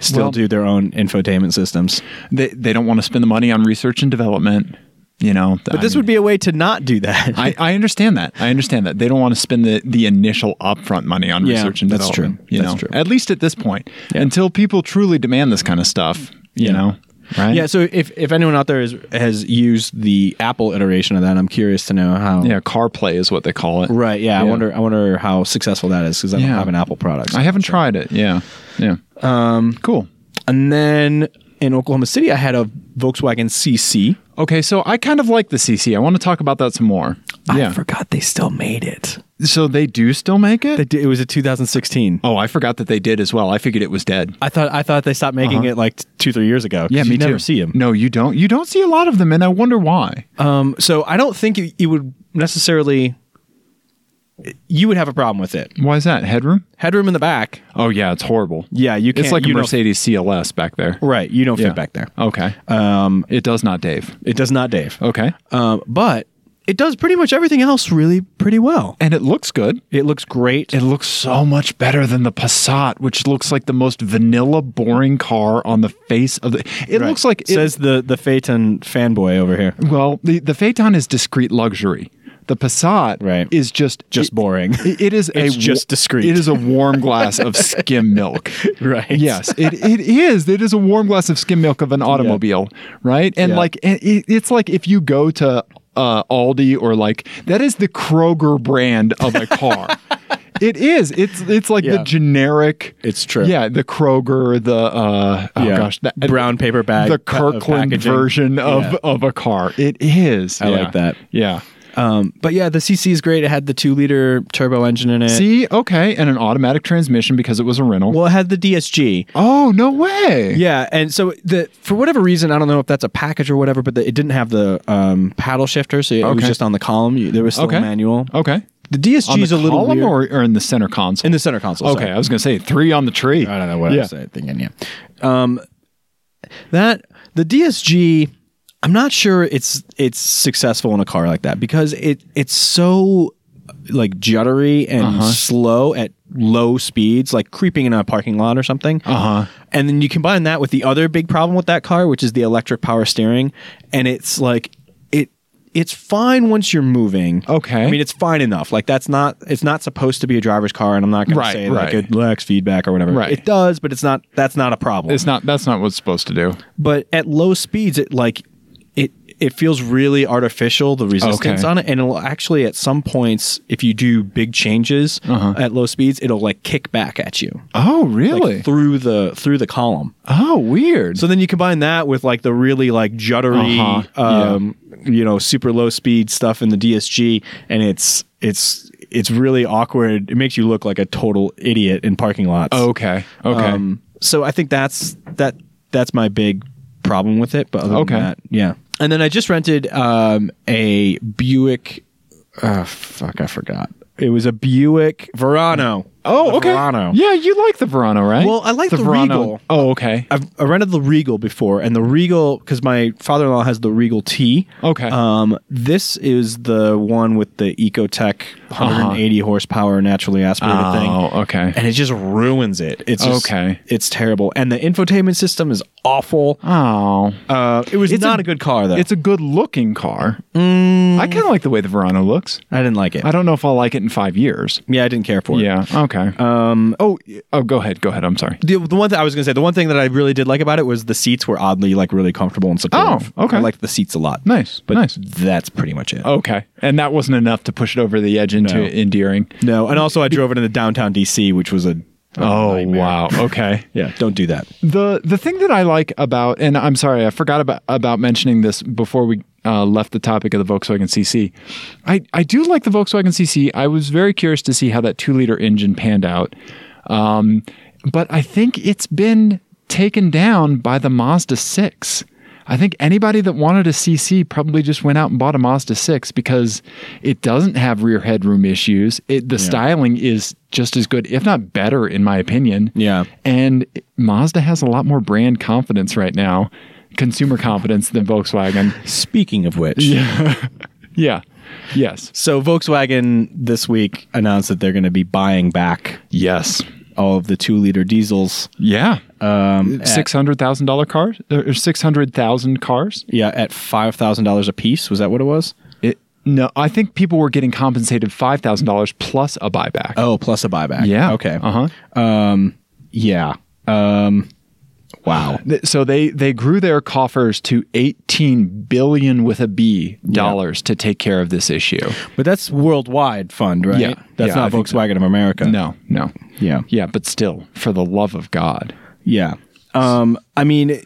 Speaker 1: still
Speaker 2: Well-
Speaker 1: do their own infotainment systems.
Speaker 2: they they don't want to spend the money on research and development, you know.
Speaker 1: But this would be a way to not do that.
Speaker 2: I, I understand that. I understand that. They don't want to spend the, the initial upfront money on
Speaker 1: Yeah,
Speaker 2: research and
Speaker 1: that's
Speaker 2: development.
Speaker 1: true.
Speaker 2: You
Speaker 1: That's
Speaker 2: know?
Speaker 1: true.
Speaker 2: At least at this point. Until people truly demand this kind of stuff, you
Speaker 1: Yeah.
Speaker 2: know. Right?
Speaker 1: Yeah, so if, if anyone out there is, has used the Apple iteration of that, I'm curious to know how.
Speaker 2: yeah, CarPlay is what they call it.
Speaker 1: Right. Yeah, I
Speaker 2: Yeah.
Speaker 1: wonder. I wonder how successful that is because I don't
Speaker 2: Yeah.
Speaker 1: have an Apple product.
Speaker 2: I haven't tried it. Yeah. Yeah. Um cool.
Speaker 1: and then in Oklahoma City, I had a Volkswagen CC.
Speaker 2: Okay, so I kind of like the CC. I want to talk about that some more.
Speaker 3: I
Speaker 2: yeah.
Speaker 3: forgot they still made it.
Speaker 2: so they do still make it?
Speaker 1: They did- It was a 2016.
Speaker 2: oh, I forgot that they did as well. I figured it was dead.
Speaker 1: I thought I thought they stopped making it like t- two three years ago. 'cause
Speaker 2: Yeah,
Speaker 1: you
Speaker 2: me too.
Speaker 1: never See them.
Speaker 2: No, you don't. You don't see a lot of them, and I wonder why.
Speaker 1: Um, so I don't think it, it would necessarily. You would have a problem with it.
Speaker 2: Why is that? Headroom?
Speaker 1: Headroom in the back.
Speaker 2: Oh yeah, it's horrible.
Speaker 1: uh, Yeah, you
Speaker 2: It's
Speaker 1: can't-
Speaker 2: like a
Speaker 1: you don't-
Speaker 2: Mercedes CLS back there.
Speaker 1: Right. You don't
Speaker 2: Yeah.
Speaker 1: fit back there.
Speaker 2: Okay.
Speaker 1: Um,
Speaker 2: it does not, Dave.
Speaker 1: it does not, Dave.
Speaker 2: Okay.
Speaker 1: Um, but it does pretty much everything else really pretty well.
Speaker 2: And it looks good.
Speaker 1: It looks great.
Speaker 2: It looks so much better than the Passat, which looks like the most vanilla, boring car on the face of the. It looks like it,
Speaker 1: says the the Phaeton fanboy over here.
Speaker 2: Well, the the Phaeton is discreet luxury. The Passat
Speaker 1: Right.
Speaker 2: is just
Speaker 1: Just
Speaker 2: it-
Speaker 1: boring.
Speaker 2: it- it is
Speaker 1: It's
Speaker 2: a
Speaker 1: just discreet.
Speaker 2: It is a warm glass of skim milk.
Speaker 1: Right.
Speaker 2: Yes, it, it is. It is a warm glass of skim milk of an automobile, right? And
Speaker 1: Yeah.
Speaker 2: like it, it- it's like if you go to uh, Aldi or like that is the Kroger brand of a car. it is. It's it's like
Speaker 1: Yeah.
Speaker 2: the generic.
Speaker 1: It's true.
Speaker 2: Yeah, the Kroger, the uh, oh
Speaker 1: Yeah.
Speaker 2: gosh, that,
Speaker 1: Brown paper bag
Speaker 2: the
Speaker 1: pa- of
Speaker 2: Kirkland
Speaker 1: packaging.
Speaker 2: version of
Speaker 1: Yeah.
Speaker 2: of a car. It is.
Speaker 1: I like that.
Speaker 2: Yeah.
Speaker 1: Um, but yeah, the CC is great. It had the two liter turbo engine in it.
Speaker 2: See, okay, and an automatic transmission because it was a rental.
Speaker 1: Well, it had the DSG.
Speaker 2: oh no way!
Speaker 1: Yeah, and so the for whatever reason, I don't know if that's a package or whatever, but the, it didn't have the um, paddle shifter, so it was
Speaker 2: Okay.
Speaker 1: just on the column. You- There was still
Speaker 2: Okay.
Speaker 1: a manual.
Speaker 2: Okay.
Speaker 1: The DSG
Speaker 2: On
Speaker 1: is a
Speaker 2: the
Speaker 1: little
Speaker 2: column
Speaker 1: weird.
Speaker 2: or, or in the center console.
Speaker 1: in the center console.
Speaker 2: okay,
Speaker 1: sorry.
Speaker 2: I was gonna say three on the tree.
Speaker 1: I don't know what I
Speaker 2: yeah.
Speaker 1: was thinking. Yeah, um, that the DSG. I'm not sure it's it's successful in a car like that because it it's so like juddery and
Speaker 2: Uh-huh.
Speaker 1: slow at low speeds, like creeping in a parking lot or something.
Speaker 2: Uh-huh.
Speaker 1: And then you combine that with the other big problem with that car, which is the electric power steering, and it's like it it's fine once you're moving.
Speaker 2: Okay.
Speaker 1: I mean it's fine enough. Like that's not it's not supposed to be a driver's car, and I'm not gonna
Speaker 2: Right,
Speaker 1: say like
Speaker 2: right.
Speaker 1: it lacks feedback or whatever.
Speaker 2: Right.
Speaker 1: It does, but it's not that's not a problem.
Speaker 2: It's not. That's not what's supposed to do.
Speaker 1: but at low speeds it like it it feels really artificial the resistance
Speaker 2: Okay.
Speaker 1: on it and it'll actually at some points if you do big changes
Speaker 2: Uh-huh.
Speaker 1: at low speeds it'll like kick back at you
Speaker 2: Oh
Speaker 1: like,
Speaker 2: really?
Speaker 1: through the through the column.
Speaker 2: oh weird.
Speaker 1: So then you combine that with like the really like juddery,
Speaker 2: Uh-huh. Yeah.
Speaker 1: um, you know, super low speed stuff in the DSG, and it's it's it's really awkward. It makes you look like a total idiot in parking lots.
Speaker 2: okay. Okay.
Speaker 1: Um, so I think that's that that's my big problem with it. But other
Speaker 2: Okay.
Speaker 1: than that, yeah. And then I just rented um, a Buick. Uh, fuck, I forgot. It was a Buick Verano.
Speaker 2: oh
Speaker 1: The
Speaker 2: okay.
Speaker 1: Verano.
Speaker 2: Yeah, you like the Verano, right?
Speaker 1: Well, I like the Regal.
Speaker 2: Oh okay.
Speaker 1: I've I rented the Regal before, and the Regal because my father-in-law has the Regal T.
Speaker 2: Okay.
Speaker 1: Um, this is the one with the EcoTech 180 horsepower naturally aspirated thing.
Speaker 2: Uh-huh. Oh, okay.
Speaker 1: And it just ruins it. It's just,
Speaker 2: Okay.
Speaker 1: It's terrible, and the infotainment system is awful.
Speaker 2: oh.
Speaker 1: Uh, it was
Speaker 2: It's
Speaker 1: not
Speaker 2: a-
Speaker 1: a, good car though.
Speaker 2: It's a good looking car.
Speaker 1: Mm.
Speaker 2: I kind of like the way the Verano looks.
Speaker 1: I didn't like it.
Speaker 2: I don't know if I'll like it in five years.
Speaker 1: yeah, I didn't care for it.
Speaker 2: Yeah. Okay. Um. Oh. y- Oh. Go ahead. Go ahead. I'm sorry.
Speaker 1: The, the one thing I was gonna say, the one thing that I really did like about it was the seats were oddly like really comfortable and supportive.
Speaker 2: Oh, okay.
Speaker 1: I liked the seats a lot.
Speaker 2: Nice.
Speaker 1: but
Speaker 2: nice.
Speaker 1: that's pretty much it.
Speaker 2: Okay. And that wasn't enough to push it over the edge into
Speaker 1: No.
Speaker 2: endearing.
Speaker 1: No, and also I drove it into downtown DC, which was a
Speaker 2: Oh wow. Okay.
Speaker 1: yeah. Don't do that.
Speaker 2: The the thing that I like about and I'm sorry I forgot about about mentioning this before we uh, left the topic of the Volkswagen CC. I I do like the Volkswagen CC. I was very curious to see how that two liter engine panned out. Um, but I think it's been taken down by the Mazda 6. I think anybody that wanted a CC probably just went out and bought a Mazda 6 because it doesn't have rear headroom issues. It, the styling is just as good, if not better, in my opinion.
Speaker 1: Yeah.
Speaker 2: And Mazda has a lot more brand confidence right now, consumer confidence than Volkswagen.
Speaker 1: Speaking of which,
Speaker 2: Yeah. Yes.
Speaker 1: so Volkswagen this week announced that they're going to be buying back
Speaker 2: Yes.
Speaker 1: all of the two liter diesels.
Speaker 2: Yeah.
Speaker 1: Um, at-
Speaker 2: Six hundred thousand dollar cars or six hundred thousand cars.
Speaker 1: yeah, at five thousand dollars a piece. Was that what it was?
Speaker 2: It, no, I think people were getting compensated five thousand dollars plus a buyback.
Speaker 1: Oh, plus a buyback.
Speaker 2: yeah.
Speaker 1: Okay.
Speaker 2: Uh
Speaker 1: Yeah. Um, wow.
Speaker 2: huh. So they they grew their coffers to eighteen billion with a B dollars to take care of this issue.
Speaker 1: But that's worldwide fund, right?
Speaker 2: Yeah.
Speaker 1: That's
Speaker 2: Yeah, I
Speaker 1: not
Speaker 2: think
Speaker 1: Volkswagen of America.
Speaker 2: No, no.
Speaker 1: Yeah.
Speaker 2: Yeah, but still, for the love of God.
Speaker 1: Yeah. Um, I mean,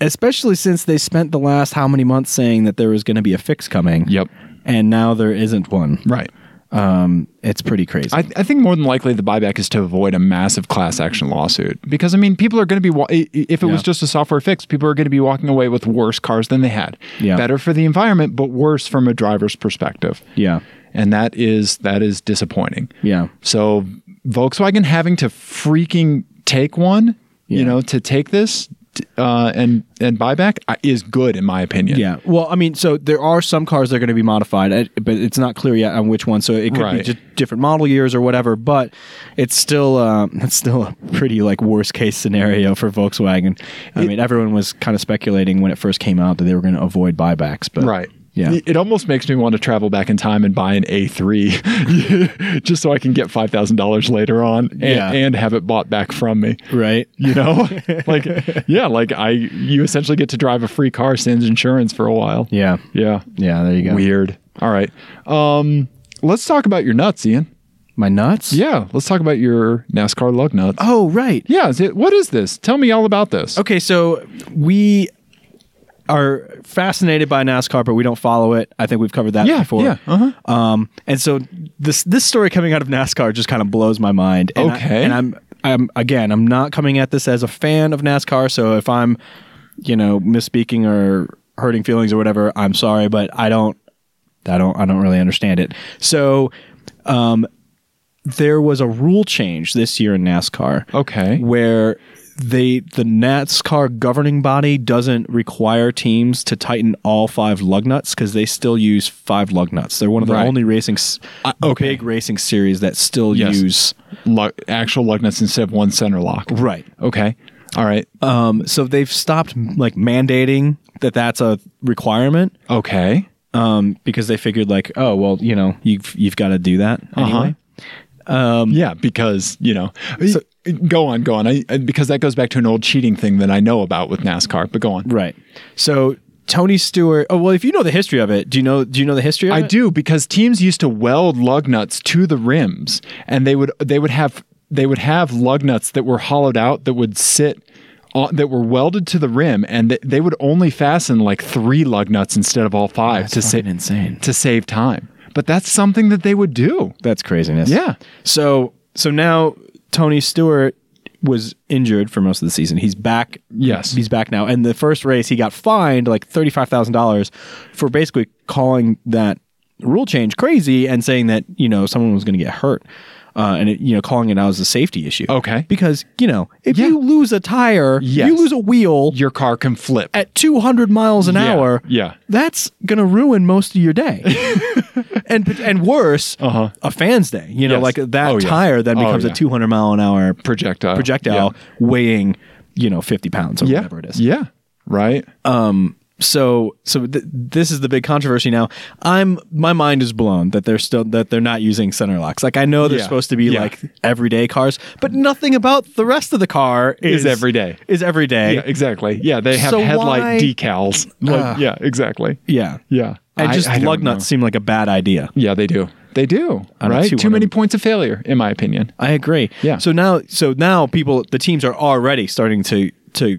Speaker 1: especially since they spent the last how many months saying that there was going to be a fix coming.
Speaker 2: Yep.
Speaker 1: And now there isn't one.
Speaker 2: Right.
Speaker 1: Um, it's pretty crazy.
Speaker 2: I, I think more than likely the buyback is to avoid a massive class action lawsuit because I mean people are going to be wa- i- i- if it was just a software fix, people are going to be walking away with worse cars than they had.
Speaker 1: Yeah.
Speaker 2: Better for the environment, but worse from a driver's perspective.
Speaker 1: yeah.
Speaker 2: And that is that is disappointing.
Speaker 1: Yeah.
Speaker 2: So Volkswagen having to freaking take one,
Speaker 1: Yeah.
Speaker 2: you know, to take this t- uh, and and buyback uh, is good in my opinion.
Speaker 1: Yeah. Well, I mean, so there are some cars that are going to be modified, uh, but it's not clear yet on which one. So it could be
Speaker 2: Right.
Speaker 1: just different model years or whatever. But it's still uh, it's still a pretty like worst case scenario for Volkswagen. I mean, everyone was kind of speculating when it first came out that they were going to avoid buybacks, but
Speaker 2: Right.
Speaker 1: Yeah.
Speaker 2: It- It almost makes me want to travel back in time and buy an A3 just so I can get $5,000 later on and,
Speaker 1: Yeah.
Speaker 2: and have it bought back from me.
Speaker 1: Right.
Speaker 2: You know? like yeah, like I you essentially get to drive a free car sans insurance for a while.
Speaker 1: Yeah.
Speaker 2: Yeah.
Speaker 1: Yeah. There you go.
Speaker 2: Weird. All right. Um let's talk about your nuts, Ian.
Speaker 1: My nuts.
Speaker 2: Yeah, let's talk about your NASCAR lug nuts.
Speaker 1: Oh, right.
Speaker 2: Yeah, is it, what is this? Tell me all about this.
Speaker 1: Okay, so we are fascinated by NASCAR, but we don't follow it. I think we've covered that
Speaker 2: Yeah,
Speaker 1: before.
Speaker 2: yeah, uh-huh.
Speaker 1: Um, and so this this story coming out of NASCAR just kind of blows my mind. And I-
Speaker 2: Okay.
Speaker 1: and I'm I'm again I'm not coming at this as a fan of NASCAR, so if I'm you know misspeaking or hurting feelings or whatever, I'm sorry, but I don't I don't I don't really understand it. So. Um, there was a rule change this year in NASCAR
Speaker 2: Okay.
Speaker 1: where they the NASCAR governing body doesn't require teams to tighten all five lug nuts because they still use five lug nuts. They're one of the
Speaker 2: Right.
Speaker 1: only racing s
Speaker 2: okay.
Speaker 1: big racing series that still
Speaker 2: Yes.
Speaker 1: use
Speaker 2: Lug, actual lug nuts instead of one center lock. Uh,
Speaker 1: right.
Speaker 2: Okay. All right.
Speaker 1: Um, so they've stopped like mandating that that's a requirement
Speaker 2: Okay.
Speaker 1: um, because they figured like oh well you know you've you've got to do that
Speaker 2: Uh-huh.
Speaker 1: anyway.
Speaker 2: yeah, because you know, go on, go on. I, I- because that goes back to an old cheating thing that I know about with NASCAR. But go on.
Speaker 1: Right. So Tony Stewart. Oh well, if you know the history of it, do you know do you know the history? of
Speaker 2: I
Speaker 1: it?
Speaker 2: do because teams used to weld lug nuts to the rims, and they would they would have they would have lug nuts that were hollowed out that would sit. On, that were welded to the rim, and th- they would only fasten like three lug nuts instead of all five to save
Speaker 1: insane.
Speaker 2: to save time. But that's something that they would do.
Speaker 1: That's craziness.
Speaker 2: Yeah.
Speaker 1: So so now Tony Stewart was injured for most of the season. He's back.
Speaker 2: Yes.
Speaker 1: He's back now. And the first race he got fined like $35,000 for basically calling that rule change crazy and saying that, you know, someone was going to get hurt. Uh, and it, you know, calling it out as a safety issue.
Speaker 2: Okay.
Speaker 1: Because, you know, if
Speaker 2: Yeah.
Speaker 1: you lose a tire,
Speaker 2: Yes.
Speaker 1: you lose a wheel
Speaker 2: Your car can flip.
Speaker 1: at 200 miles an
Speaker 2: Yeah,
Speaker 1: hour,
Speaker 2: yeah.
Speaker 1: that's gonna ruin most of your day, and and worse, a fan's day. You know,
Speaker 2: Uh-huh. Yes.
Speaker 1: like that
Speaker 2: Oh, yeah.
Speaker 1: tire then
Speaker 2: Oh,
Speaker 1: becomes
Speaker 2: yeah.
Speaker 1: a 200 mile an hour
Speaker 2: Projectile.
Speaker 1: projectile weighing, you know, 50 pounds or whatever it is. Uh,
Speaker 2: Yeah. Right.
Speaker 1: So so th- this is the big controversy now. I'm my mind is blown that they're still that they're not using center locks. Like I know they're
Speaker 2: Yeah.
Speaker 1: supposed to be
Speaker 2: Yeah.
Speaker 1: like everyday cars, but nothing about the rest of the car is,
Speaker 2: Is everyday.
Speaker 1: Is every day.
Speaker 2: yeah, e exactly. Yeah, they have
Speaker 1: So
Speaker 2: headlight
Speaker 1: why-
Speaker 2: decals. Like, yeah, exactly.
Speaker 1: yeah.
Speaker 2: Yeah.
Speaker 1: And just
Speaker 2: don't
Speaker 1: lug
Speaker 2: know.
Speaker 1: nuts seem like a bad idea.
Speaker 2: Yeah, they do. They do.
Speaker 1: a
Speaker 2: Right?
Speaker 1: 200
Speaker 2: Too many points of failure, in my opinion.
Speaker 1: I agree.
Speaker 2: Yeah.
Speaker 1: So now, so now people, the teams are already starting to to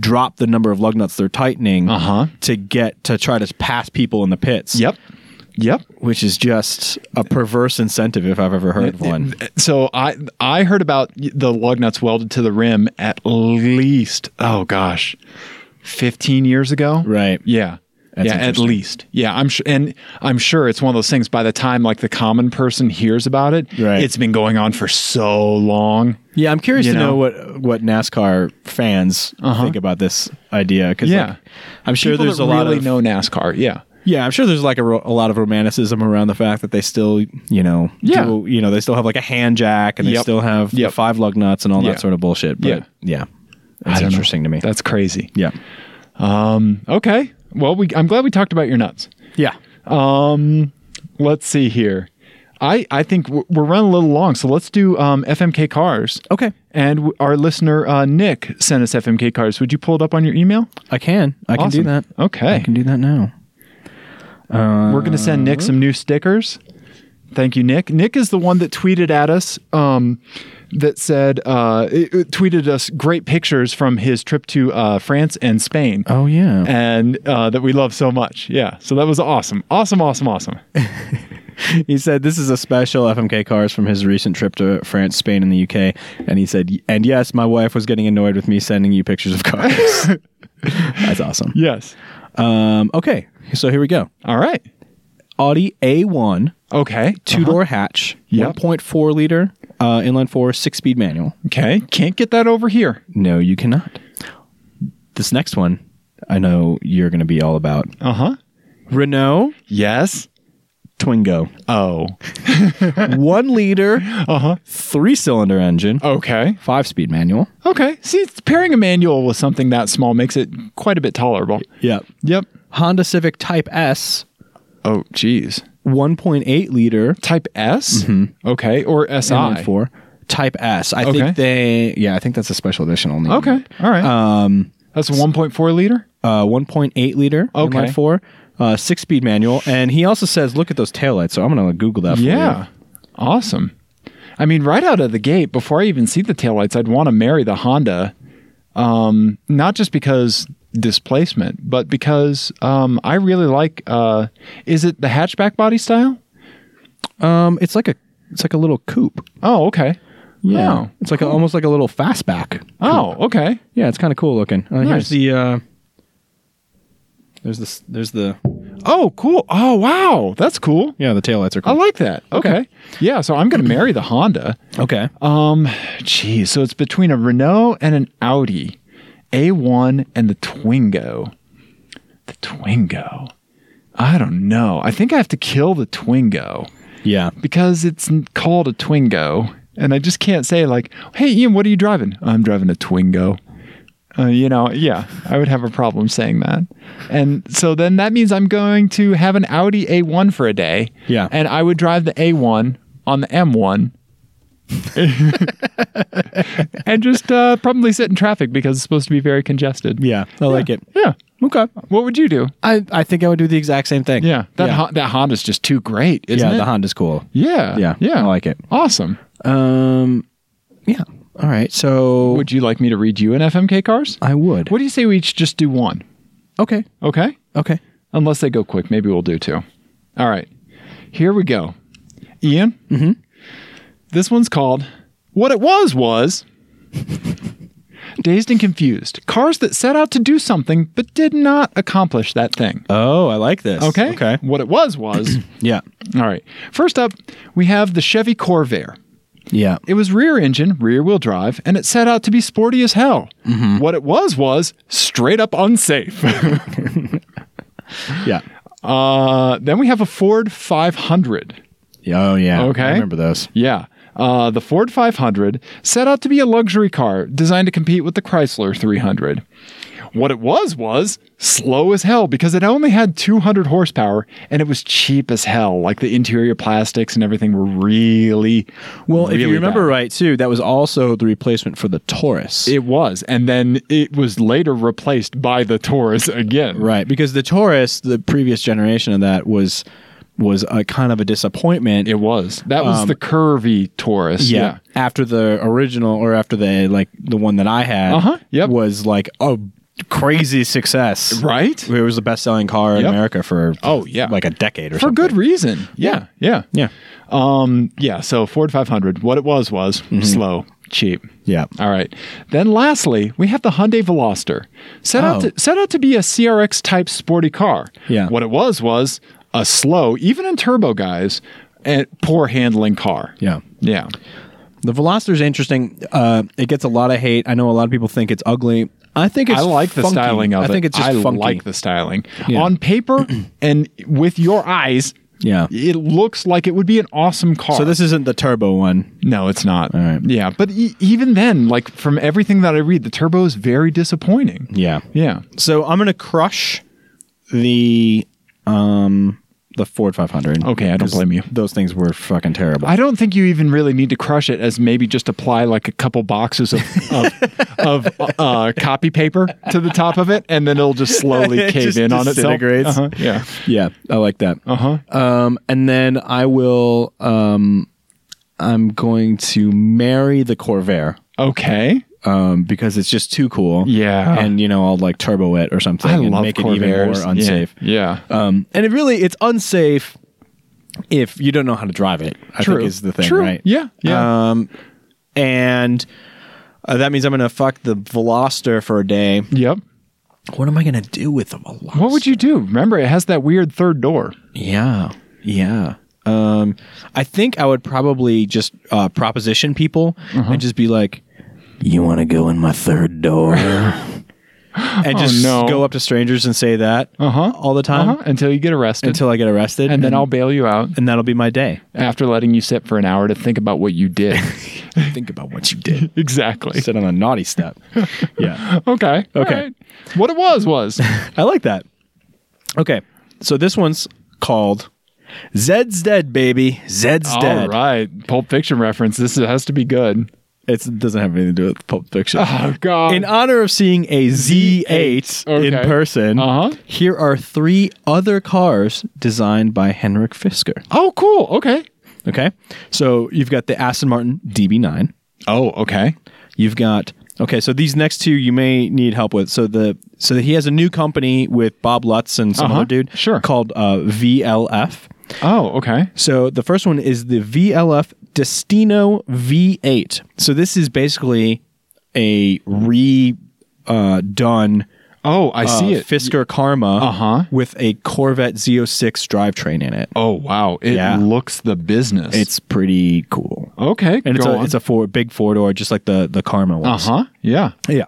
Speaker 1: drop the number of lug nuts they're tightening
Speaker 2: Uh-huh.
Speaker 1: to get to try to pass people in the pits.
Speaker 2: Yep. Yep.
Speaker 1: which is just a perverse incentive if I've ever heard of one.
Speaker 2: So I I heard about the lug nuts welded to the rim at least oh gosh, fifteen years ago.
Speaker 1: Right.
Speaker 2: Yeah.
Speaker 1: That's
Speaker 2: yeah, at
Speaker 1: interesting.
Speaker 2: least. Yeah, I'm sure, and I'm sure it's one of those things. By the time like the common person hears about it,
Speaker 1: Right.
Speaker 2: it's been going on for so long.
Speaker 1: Yeah, I'm curious
Speaker 2: You
Speaker 1: to know,
Speaker 2: know?
Speaker 1: what what NASCAR fans think about this idea because
Speaker 2: Yeah.
Speaker 1: I'm sure
Speaker 2: People
Speaker 1: there's a
Speaker 2: that
Speaker 1: lot
Speaker 2: really
Speaker 1: of
Speaker 2: know NASCAR. Yeah,
Speaker 1: yeah, I'm sure there's like a, ro- a lot of romanticism around the fact that they still you know
Speaker 2: Yeah.
Speaker 1: do- you know they still have like a hand jack and they
Speaker 2: Yep.
Speaker 1: still have the
Speaker 2: Yep.
Speaker 1: five lug nuts and all
Speaker 2: Yeah.
Speaker 1: that sort of bullshit. But
Speaker 2: Yeah.
Speaker 1: yeah,
Speaker 2: I
Speaker 1: that's
Speaker 2: don't know.
Speaker 1: interesting to me.
Speaker 2: That's crazy.
Speaker 1: yeah,
Speaker 2: Okay. Well, we I'm glad we talked about your nuts.
Speaker 1: yeah.
Speaker 2: Let's see here. I I think we're, we're running a little long, so let's do um, FMK cars.
Speaker 1: Okay,
Speaker 2: And w- our listener uh, Nick sent us FMK cars. Would you pull it up on your email?
Speaker 1: I can I can do
Speaker 2: Awesome.
Speaker 1: that.
Speaker 2: Okay.
Speaker 1: I can do that now.
Speaker 2: We're going to send Nick some new stickers. Thank you, Nick. Nick is the one that tweeted at us um, that said, uh, it- it tweeted us great pictures from his trip to uh, France and Spain.
Speaker 1: Oh yeah.
Speaker 2: And uh, that we love so much. Yeah. So that was awesome. Awesome, awesome, awesome.
Speaker 1: He said this is a special FMK cars from his recent trip to France, Spain, and the UK. And he said, and yes, my wife was getting annoyed with me sending you pictures of cars. That's awesome.
Speaker 2: yes.
Speaker 1: Um, okay, so here we go.
Speaker 2: All right.
Speaker 1: Audi A1
Speaker 2: Okay.
Speaker 1: 2 door hatch,
Speaker 2: Yep.
Speaker 1: 1.4 liter uh, inline four six speed manual.
Speaker 2: Okay. Can't get that over here.
Speaker 1: No, you cannot. This next one, I know you're going to be all about
Speaker 2: Uh huh.
Speaker 1: Renault
Speaker 2: Yes.
Speaker 1: Twingo,
Speaker 2: Oh.
Speaker 1: one liter,
Speaker 2: Uh
Speaker 1: Uh-huh.
Speaker 2: huh.
Speaker 1: three cylinder engine,
Speaker 2: Okay.
Speaker 1: five speed manual.
Speaker 2: Okay. See, it's- pairing a manual with something that small makes it quite a bit tolerable.
Speaker 1: Yep.
Speaker 2: Yep.
Speaker 1: Honda Civic Type S,
Speaker 2: Oh, geez.
Speaker 1: 1.8 liter
Speaker 2: Type S. Okay. Or SI.
Speaker 1: four Type S. I
Speaker 2: Okay.
Speaker 1: think they, yeah, I think that's a special edition only.
Speaker 2: Okay. All right.
Speaker 1: Um,
Speaker 2: That's a 1.4 liter.
Speaker 1: uh, 1.8 liter
Speaker 2: Okay.
Speaker 1: inline four, uh, six speed manual, and he also says, look at those taillights. So I'm gonna Google that. For
Speaker 2: Yeah.
Speaker 1: you.
Speaker 2: Awesome. I mean, right out of the gate, before I even see the taillights, I'd want to marry the Honda. Um, not just because displacement, but because um, I really like. Uh, is it the hatchback body style?
Speaker 1: Um, it's like a, it's like a little coupe.
Speaker 2: Oh, okay.
Speaker 1: Yeah, it's like a, almost like a little fastback.
Speaker 2: Oh, oh okay.
Speaker 1: Yeah, it's kind of cool looking. Uh,
Speaker 2: Nice.
Speaker 1: Here's the. Uh, there's this. There's the.
Speaker 2: Oh, cool. Oh, wow. That's cool.
Speaker 1: Yeah, the taillights are
Speaker 2: I
Speaker 1: cool.
Speaker 2: like that. Okay. Yeah. So I'm going to marry the Honda.
Speaker 1: okay.
Speaker 2: Um, geez. So it's between a Renault and an Audi, A1 and the Twingo. The Twingo. I don't know. I think I have to kill the Twingo
Speaker 1: yeah.
Speaker 2: because it's n- called a Twingo, and I just can't say like, "Hey, Ian, what are you driving?" I'm driving a Twingo. Uh, you know, yeah, I would have a problem saying that. And so then that means I'm going to have an Audi A1 for a day.
Speaker 1: Yeah.
Speaker 2: And I would drive the A1 on the M1 and just uh, probably sit in traffic because it's supposed to be very congested.
Speaker 1: Yeah, I like it.
Speaker 2: Yeah.
Speaker 1: Okay.
Speaker 2: What would you do?
Speaker 1: I, I think I would do the exact same thing.
Speaker 2: Yeah. That,
Speaker 1: yeah.
Speaker 2: Hon- that Honda's just too great, isn't
Speaker 1: yeah,
Speaker 2: it?
Speaker 1: the Honda's cool.
Speaker 2: yeah.
Speaker 1: Yeah,
Speaker 2: Yeah.
Speaker 1: I like it.
Speaker 2: Awesome.
Speaker 1: Um, yeah. All right. So
Speaker 2: Would you like me to read you an FMK cars?
Speaker 1: I would.
Speaker 2: What do you say we each just do one?
Speaker 1: Okay.
Speaker 2: Okay?
Speaker 1: Okay.
Speaker 2: Unless they go quick, maybe we'll do two. All right. Here we go. Ian? Mm-hmm. This one's called What It Was Was Dazed and Confused. Cars that set out to do something but did not accomplish that thing.
Speaker 1: Oh, I like this.
Speaker 2: Okay?
Speaker 1: Okay.
Speaker 2: What it was was.
Speaker 1: Yeah.
Speaker 2: All right. First up, we have the Chevy Corvair.
Speaker 1: Yeah.
Speaker 2: It was rear engine, rear wheel drive, and it set out to be sporty as hell.
Speaker 1: Mm-hmm.
Speaker 2: What it was was straight up unsafe.
Speaker 1: Yeah.
Speaker 2: uh, then we have a Ford 500.
Speaker 1: Oh yeah.
Speaker 2: Okay.
Speaker 1: I remember those.
Speaker 2: Yeah. Uh, the Ford 500 set out to be a luxury car designed to compete with the Chrysler 300. What it was was slow as hell because it only had 200 horsepower and it was cheap as hell. Like the interior plastics and everything were really.
Speaker 1: Well, if
Speaker 2: really
Speaker 1: you remember
Speaker 2: bad.
Speaker 1: right, too, that was also the replacement for the Taurus.
Speaker 2: It was. And then it was later replaced by the Taurus again.
Speaker 1: right, because the Taurus, the previous generation of that was was a kind of a disappointment.
Speaker 2: It was. That
Speaker 5: Um,
Speaker 2: was the curvy Taurus.
Speaker 1: yeah. After the original or after the like the one that I had
Speaker 2: Uh-huh. Yep.
Speaker 1: was like a
Speaker 5: crazy success.
Speaker 2: Right?
Speaker 5: It was the best selling car in
Speaker 2: Yep.
Speaker 5: America for
Speaker 2: Oh, yeah.
Speaker 5: like a decade or
Speaker 2: For
Speaker 5: something.
Speaker 2: good reason. Yeah. Yeah.
Speaker 5: Yeah.
Speaker 2: Um, yeah. So Ford 500, what it was was slow, cheap.
Speaker 5: Yeah.
Speaker 2: Mm-hmm. All right. Then lastly, we have the Hyundai Veloster. Set out
Speaker 5: Oh.
Speaker 2: to set out to be a CRX type sporty car.
Speaker 5: Yeah.
Speaker 2: What it was was a slow, even in turbo guys, and poor handling car.
Speaker 5: Yeah.
Speaker 2: Yeah.
Speaker 5: The Veloster's interesting. Uh, it gets a lot of hate. I know a lot of people think it's ugly. I think it's
Speaker 2: I like the
Speaker 5: funky.
Speaker 2: styling of
Speaker 5: I
Speaker 2: it.
Speaker 5: think it's just
Speaker 2: I
Speaker 5: funky.
Speaker 2: like the styling.
Speaker 5: Yeah.
Speaker 2: On paper and with your eyes,
Speaker 5: Yeah.
Speaker 2: it looks like it would be an awesome car.
Speaker 5: So this isn't the turbo one.
Speaker 2: No, it's not.
Speaker 5: right.
Speaker 2: Yeah, but e- even then, like from everything that I read, the turbo is very disappointing.
Speaker 5: Yeah.
Speaker 2: Yeah.
Speaker 5: So I'm gonna crush the um the Ford 500.
Speaker 2: Okay, I don't
Speaker 5: 'Cause
Speaker 2: blame you.
Speaker 5: Those things were fucking terrible.
Speaker 2: I don't think you even really need to crush it as maybe just apply like a couple boxes of of, of uh, copy paper to the top of it, and then it'll just slowly
Speaker 5: It
Speaker 2: cave
Speaker 5: just
Speaker 2: in on itself.
Speaker 5: disintegrates.
Speaker 2: Uh-huh, Yeah.
Speaker 5: yeah, I like that.
Speaker 2: Uh huh.
Speaker 1: Um, and then I will. Um, I'm going to marry the Corvair
Speaker 2: Okay.
Speaker 1: um, because it's just too cool.
Speaker 2: Yeah.
Speaker 1: and you know I'll like turbo it or something
Speaker 2: I
Speaker 1: and
Speaker 2: love
Speaker 1: make
Speaker 2: Corvairs.
Speaker 1: it even more unsafe.
Speaker 2: Yeah. yeah.
Speaker 1: Um, and it really it's unsafe if you don't know how to drive it. I
Speaker 2: True.
Speaker 1: think is the thing,
Speaker 2: True.
Speaker 1: right?
Speaker 2: Yeah. Yeah.
Speaker 1: Um, and uh, that means I'm gonna fuck the Veloster for a day.
Speaker 2: yep.
Speaker 1: What am I gonna do with the Veloster?
Speaker 2: What would you do? Remember, it has that weird third door.
Speaker 1: Yeah, yeah. Um, I think I would probably just uh, proposition people and just be like,
Speaker 6: You want to go in my third door?
Speaker 1: and just
Speaker 2: no.
Speaker 1: go up to strangers and say that
Speaker 2: Uh-huh.
Speaker 1: all the time
Speaker 2: Uh-huh. Until you get arrested.
Speaker 1: until I get arrested,
Speaker 2: and then I'll bail you out.
Speaker 1: and that'll be my day.
Speaker 2: after letting you sit for an hour to think about what you did.
Speaker 1: Think about what you did.
Speaker 2: exactly.
Speaker 1: Sit on a naughty step. yeah,
Speaker 2: Okay.
Speaker 1: Okay.
Speaker 2: all right. What it was was.
Speaker 1: I like that. Okay, so this one's called Zed's dead, baby. Zed's
Speaker 2: all
Speaker 1: dead.
Speaker 2: right. Pulp Fiction reference. This has to be good.
Speaker 1: It's- It doesn't have anything to do with Pulp Fiction.
Speaker 2: Oh God.
Speaker 1: In honor of seeing a Z8 in
Speaker 2: Okay.
Speaker 1: person,
Speaker 2: Uh-huh.
Speaker 1: here are three other cars designed by Henrik Fisker.
Speaker 2: oh, cool. Okay.
Speaker 1: Okay. So you've got the Aston Martin DB9.
Speaker 2: Oh, okay.
Speaker 1: You've got Okay, so these next two you may need help with. So the so he has a new company with Bob Lutz and some
Speaker 2: Uh-huh.
Speaker 1: other dude
Speaker 2: Sure.
Speaker 1: called uh, VLF.
Speaker 2: Oh, okay.
Speaker 1: So the first one is the VLF Destino V8. So this is basically a re uh, done
Speaker 2: Oh, I
Speaker 1: uh,
Speaker 2: see it.
Speaker 1: Fisker Karma
Speaker 2: Uh-huh.
Speaker 1: with a Corvette Z06 drivetrain in it.
Speaker 2: oh, wow. It
Speaker 1: Yeah.
Speaker 2: looks the business.
Speaker 1: It's pretty cool.
Speaker 2: okay.
Speaker 1: And it's
Speaker 2: go
Speaker 1: a,
Speaker 2: on.
Speaker 1: it's a four big four door, just like the the Karma
Speaker 2: uh
Speaker 1: was.
Speaker 2: huh. Yeah.
Speaker 1: Yeah.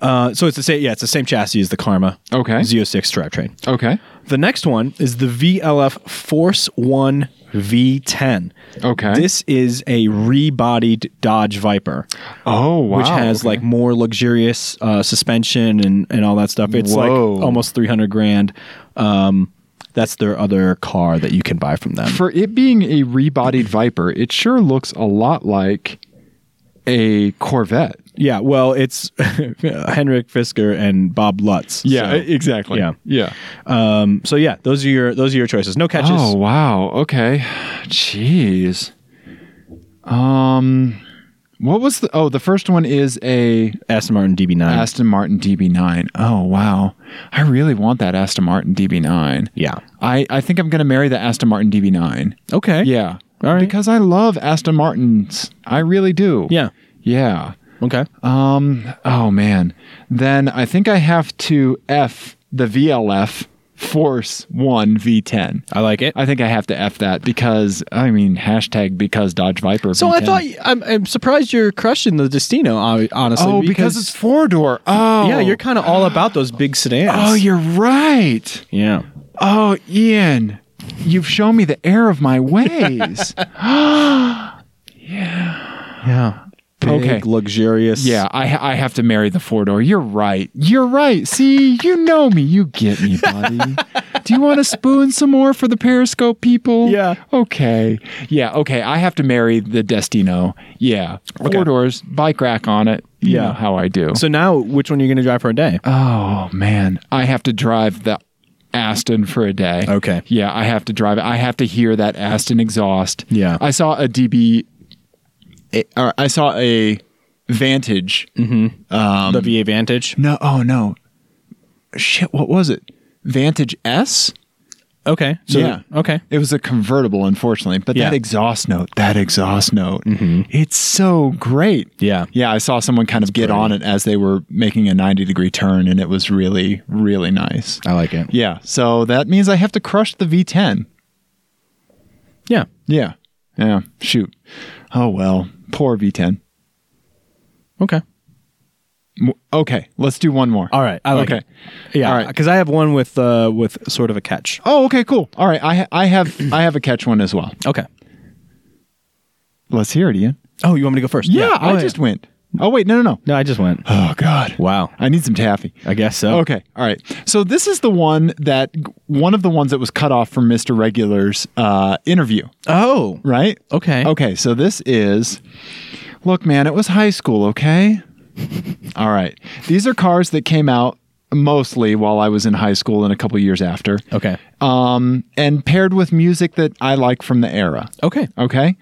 Speaker 1: Uh, so it's the same. Yeah, it's the same chassis as the Karma.
Speaker 2: Okay.
Speaker 1: Z06 drivetrain.
Speaker 2: Okay.
Speaker 1: The next one is the VLF Force One V10.
Speaker 2: Okay.
Speaker 1: This is a rebodied Dodge Viper,
Speaker 2: oh, wow.
Speaker 1: which has
Speaker 2: Okay.
Speaker 1: like more luxurious uh, suspension and, and all that stuff. It's
Speaker 2: Whoa.
Speaker 1: like almost 300 grand. Um, that's their other car that you can buy from them.
Speaker 2: for it being a rebodied Viper, it sure looks a lot like a Corvette.
Speaker 1: Yeah, well, it's Henrik Fisker and Bob Lutz. so.
Speaker 2: e-, exactly.
Speaker 1: Yeah.
Speaker 2: Yeah.
Speaker 1: Um, so yeah, those are your those are your choices. No catches.
Speaker 2: oh wow. Okay. Jeez. Um what was the Oh, the first one is a
Speaker 1: Aston Martin DB9.
Speaker 2: Aston Martin DB9. Oh wow. I really want that Aston Martin DB9.
Speaker 1: yeah.
Speaker 2: I I think I'm going to marry the Aston Martin DB9.
Speaker 1: Okay.
Speaker 2: Yeah.
Speaker 1: All right.
Speaker 2: Because I love Aston Martins. I really do.
Speaker 1: Yeah.
Speaker 2: Yeah.
Speaker 1: Okay.
Speaker 2: Um. Oh man. Then I think I have to f the VLF Force One V10.
Speaker 1: I like it.
Speaker 2: I think I have to f that because I mean hashtag because Dodge Viper.
Speaker 1: so I
Speaker 2: V10.
Speaker 1: thought I'm, I'm surprised you're crushing the Destino. hon- Honestly,
Speaker 2: Oh, because, it's four door. Oh.
Speaker 1: yeah, you're kind of all about those big sedans.
Speaker 2: Oh, you're right.
Speaker 1: yeah.
Speaker 2: Oh, Ian, you've shown me the error of my ways.
Speaker 1: Yeah. Big,
Speaker 2: Okay.
Speaker 1: luxurious.
Speaker 2: yeah, I I have to marry the four door. You're right. You're right. See, you know me. You get me, buddy. Do you want to spoon some more for the Periscope people?
Speaker 1: Yeah.
Speaker 2: Okay. Yeah. Okay. I have to marry the Destino. Yeah. Four doors, bike rack on it. You
Speaker 1: Yeah.
Speaker 2: know how I do.
Speaker 1: So now, which one are you going to drive for a day?
Speaker 2: Oh man, I have to drive the Aston for a day.
Speaker 1: Okay.
Speaker 2: Yeah, I have to drive it. I have to hear that Aston exhaust.
Speaker 1: Yeah.
Speaker 2: I saw a DB. a- or I saw a Vantage.
Speaker 1: Mm-hmm. Um, the VA Vantage.
Speaker 2: No, oh no, shit, what was it? Vantage S?
Speaker 1: Okay. So
Speaker 2: Yeah.
Speaker 1: Okay.
Speaker 2: It was a convertible, unfortunately, but
Speaker 1: Yeah. Mm-hmm.
Speaker 2: that exhaust note, that exhaust note, it's so great.
Speaker 1: Yeah.
Speaker 2: Yeah, I saw someone kind of get on it as they were making a 90 degree turn, and it was really, really nice.
Speaker 3: I like it.
Speaker 2: Yeah, so that means I have to crush the V10.
Speaker 1: Yeah.
Speaker 2: Yeah, yeah, shoot. Oh, well, poor V10.
Speaker 1: Okay.
Speaker 2: M- Okay, let's do one more.
Speaker 1: All right. I like
Speaker 2: okay.
Speaker 1: it. Yeah.
Speaker 2: All right.
Speaker 1: Because I have one with uh with sort of a catch.
Speaker 2: Oh, okay, cool. All right, I, ha- I have I have a catch one as well.
Speaker 1: Okay.
Speaker 2: Let's hear it, Ian.
Speaker 1: Oh, you want me to go first?
Speaker 2: Yeah,
Speaker 1: Oh,
Speaker 2: I just went. Oh, wait, no, no, no.
Speaker 1: No, I just went.
Speaker 2: Oh, God.
Speaker 1: Wow.
Speaker 2: I need some taffy.
Speaker 1: I guess so.
Speaker 2: Okay. All right. So this is the one that one of the ones that was cut off from Mr. Regular's uh, interview,
Speaker 1: Oh.
Speaker 2: right?
Speaker 1: Okay.
Speaker 2: Okay. So this is look, man, it was high school, okay? All right. These are cars that came out mostly while I was in high school and a couple years after.
Speaker 1: Okay.
Speaker 2: Um, and paired with music that I like from the era.
Speaker 1: Okay.
Speaker 2: Okay.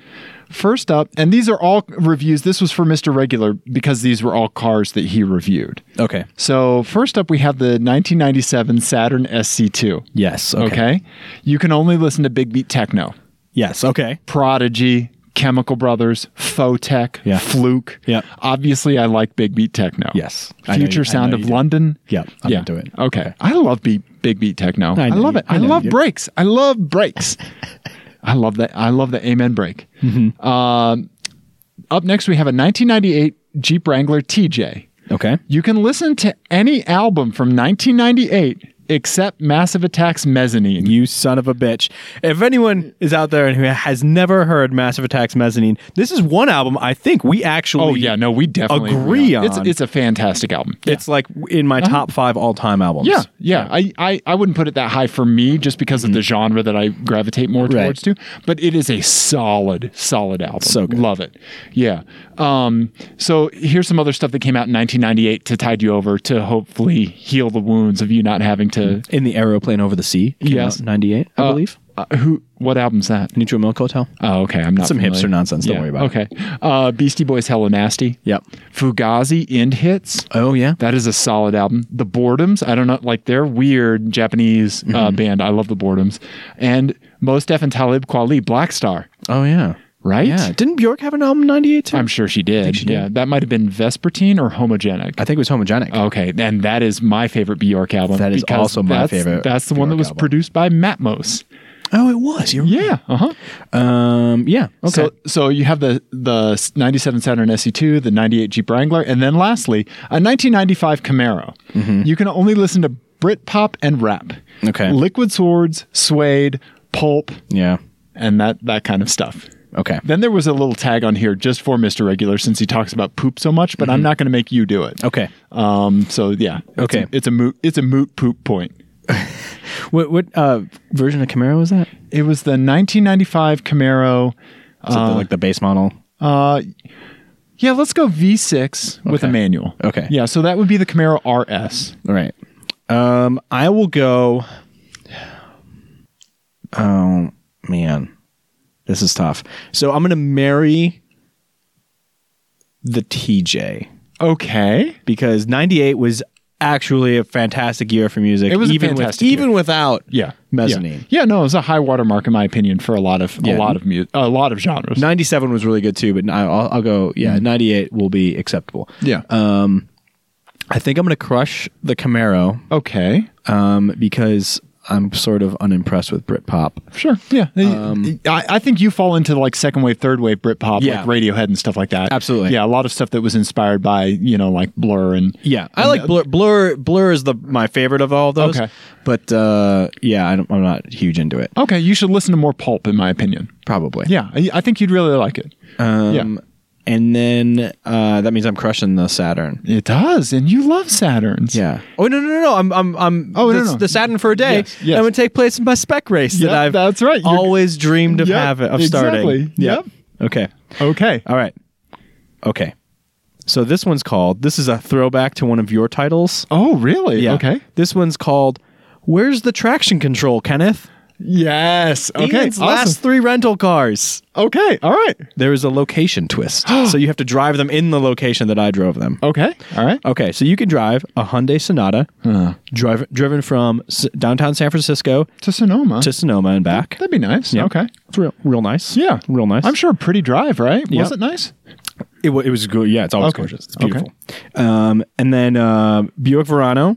Speaker 2: First up, and these are all reviews. This was for Mr. Regular because these were all cars that he reviewed.
Speaker 1: Okay.
Speaker 2: So, first up, we have the 1997 Saturn SC2.
Speaker 1: Yes. Okay.
Speaker 2: Okay. You can only listen to Big Beat Techno,
Speaker 1: Yes. Okay.
Speaker 2: Prodigy, Chemical Brothers, Fotech,
Speaker 1: Yeah.
Speaker 2: Fluke.
Speaker 1: Yeah.
Speaker 2: Obviously, I like Big Beat Techno.
Speaker 1: Yes. I know you-
Speaker 2: Future
Speaker 1: I
Speaker 2: Sound
Speaker 1: know
Speaker 2: of
Speaker 1: you do.
Speaker 2: London.
Speaker 1: Yeah. I'm into it.
Speaker 2: Okay. I love beat, Big Beat Techno. I,
Speaker 1: know
Speaker 2: love
Speaker 1: you-
Speaker 2: it.
Speaker 1: I
Speaker 2: I,
Speaker 1: know you
Speaker 2: love
Speaker 1: do.
Speaker 2: breaks. I love breaks. I love that. I love the Amen break.
Speaker 1: Mm-hmm.
Speaker 2: Um, up next, we have a 1998 Jeep Wrangler TJ.
Speaker 1: Okay.
Speaker 2: You can listen to any album from 1998 except Massive Attack's Mezzanine.
Speaker 1: You son of a bitch. If anyone is out there and who has never heard Massive Attack's Mezzanine, this is one album I think we actually
Speaker 2: Oh yeah, no, we definitely
Speaker 1: agree
Speaker 2: It's
Speaker 1: on.
Speaker 2: it's a fantastic album.
Speaker 1: It's like in my top five all time albums.
Speaker 2: Uh-huh. Yeah, yeah. I, I, I wouldn't put it that high for me just because of the
Speaker 1: Mm-hmm.
Speaker 2: genre that I gravitate more towards to, but it is a solid, solid album.
Speaker 1: So good.
Speaker 2: Love it. Yeah. Um, so here's some other stuff that came out in 1998 to tide you over to hopefully heal the wounds of you not having to.
Speaker 1: In the aeroplane over the sea. came
Speaker 2: Yes.
Speaker 1: out in ninety eight, I believe.
Speaker 2: Uh, who? What album's that?
Speaker 1: Neutral Milk Hotel.
Speaker 2: Oh, okay. I'm not
Speaker 1: Some
Speaker 2: familiar.
Speaker 1: hipster nonsense, don't worry about it.
Speaker 2: okay. Uh, Beastie Boys, Hello Nasty.
Speaker 1: Yep.
Speaker 2: Fugazi End Hits.
Speaker 1: Oh yeah.
Speaker 2: That is a solid album. The Boredoms, I don't know, like they're weird Japanese
Speaker 1: Mm-hmm.
Speaker 2: uh, band. I love the Boredoms. And Most Def and Talib Kweli, Black Star,
Speaker 1: Oh yeah.
Speaker 2: right?
Speaker 1: Yeah. Didn't Bjork have an album in ninety eight too?
Speaker 2: I'm sure she did.
Speaker 1: she did.
Speaker 2: Yeah, that might have been Vespertine or Homogenic.
Speaker 1: I think it was homogenic.
Speaker 2: Okay, and that is my favorite Bjork album.
Speaker 1: That is
Speaker 2: because
Speaker 1: also my
Speaker 2: that's-
Speaker 1: favorite
Speaker 2: That's the one that
Speaker 1: Bjork
Speaker 2: was
Speaker 1: album.
Speaker 2: produced by Matmos.
Speaker 1: Oh, it was. You're
Speaker 2: Yeah, uh huh.
Speaker 1: Um. Yeah. Okay.
Speaker 2: So, so you have the the 97 Saturn SE2, the 98 Jeep Wrangler, and then lastly, a 1995 Camaro. You can only listen to Britpop and rap.
Speaker 1: Mm-hmm. Okay.
Speaker 2: Liquid Swords, Suede, Pulp,
Speaker 1: yeah.
Speaker 2: and that that kind of stuff.
Speaker 1: Okay.
Speaker 2: Then there was a little tag on here just for Mr. Regular since he talks about poop so much, but
Speaker 1: Mm-hmm.
Speaker 2: I'm not going to make you do it.
Speaker 1: Okay.
Speaker 2: Um so yeah. It's
Speaker 1: Oh. Okay.
Speaker 2: A, it's a moot it's a moot poop point.
Speaker 1: What what uh, version of Camaro was that?
Speaker 2: It was the 1995 Camaro
Speaker 1: Is it the, like the base model?
Speaker 2: Uh, yeah, let's go V6 with a
Speaker 1: Okay.
Speaker 2: manual.
Speaker 1: Okay.
Speaker 2: Yeah, so that would be the Camaro RS.
Speaker 1: All right. Um, I will go. Oh man, this is tough. So I'm gonna marry the TJ
Speaker 2: Okay.
Speaker 1: because '98 was actually a fantastic year for music.
Speaker 2: It was a
Speaker 1: even
Speaker 2: fantastic year.
Speaker 1: even without
Speaker 2: Yeah.
Speaker 1: mezzanine.
Speaker 2: Yeah. Yeah, no, it was a high watermark in my opinion for a lot of
Speaker 1: Yeah.
Speaker 2: a lot of mu- a lot of genres.
Speaker 1: '97 was really good too, but I- I'll, I'll go. Yeah, '98 will be acceptable.
Speaker 2: yeah.
Speaker 1: Uh, I think I'm gonna crush the Camaro
Speaker 2: okay.
Speaker 1: um, because I'm sort of unimpressed with Britpop.
Speaker 2: Sure. Yeah.
Speaker 1: um,
Speaker 2: Um, I, I think you fall into like second wave, third wave Britpop,
Speaker 1: Yeah.
Speaker 2: like Radiohead and stuff like that.
Speaker 1: Absolutely.
Speaker 2: Yeah, a lot of stuff that was inspired by, you know, like Blur and
Speaker 1: Yeah, I like Blur. Blur Blur is the my favorite of all those.
Speaker 2: Okay.
Speaker 1: but uh, yeah, I don't, I'm not huge into it.
Speaker 2: Okay, you should listen to more Pulp in my opinion.
Speaker 1: Probably.
Speaker 2: Yeah, I, I think you'd really like it.
Speaker 1: Um, And then uh, that means I'm crushing the Saturn.
Speaker 2: It does, and you love Saturns.
Speaker 1: Yeah. Oh no no no no! I'm I'm I'm.
Speaker 2: Oh, no,
Speaker 1: this-
Speaker 2: no.
Speaker 1: The Saturn for a day.
Speaker 2: Yes, yes.
Speaker 1: I'm gonna take place in my spec race
Speaker 2: Yep,
Speaker 1: that I've
Speaker 2: that's right. You're-
Speaker 1: always dreamed of
Speaker 2: Yep,
Speaker 1: having of starting.
Speaker 2: exactly. Yep.
Speaker 1: Okay.
Speaker 2: Okay.
Speaker 1: All right. Okay. So this one's called. This is a throwback to one of your titles.
Speaker 2: Oh, really?
Speaker 1: Yeah.
Speaker 2: Okay.
Speaker 1: This one's called "Where's the Traction Control, Kenneth?"
Speaker 2: Yes. Okay.
Speaker 3: Ian's last
Speaker 2: awesome.
Speaker 3: three rental cars.
Speaker 2: Okay. All right.
Speaker 1: There is a location twist. so you have to drive them in the location that I drove them.
Speaker 2: Okay. All right.
Speaker 1: Okay, so you can drive a Hyundai Sonata, drive, driven from S- downtown San Francisco
Speaker 2: To Sonoma.
Speaker 1: to Sonoma and back.
Speaker 2: That'd be nice.
Speaker 1: Yeah.
Speaker 2: Okay.
Speaker 1: It's real, real nice.
Speaker 2: Yeah.
Speaker 1: real nice.
Speaker 2: I'm sure a pretty drive, right? Was
Speaker 1: Yep.
Speaker 2: it nice?
Speaker 1: It, wa- it was good. Yeah, it's always
Speaker 2: Okay.
Speaker 1: gorgeous. It's
Speaker 2: Okay.
Speaker 1: beautiful. Um, and then uh, Buick Verano,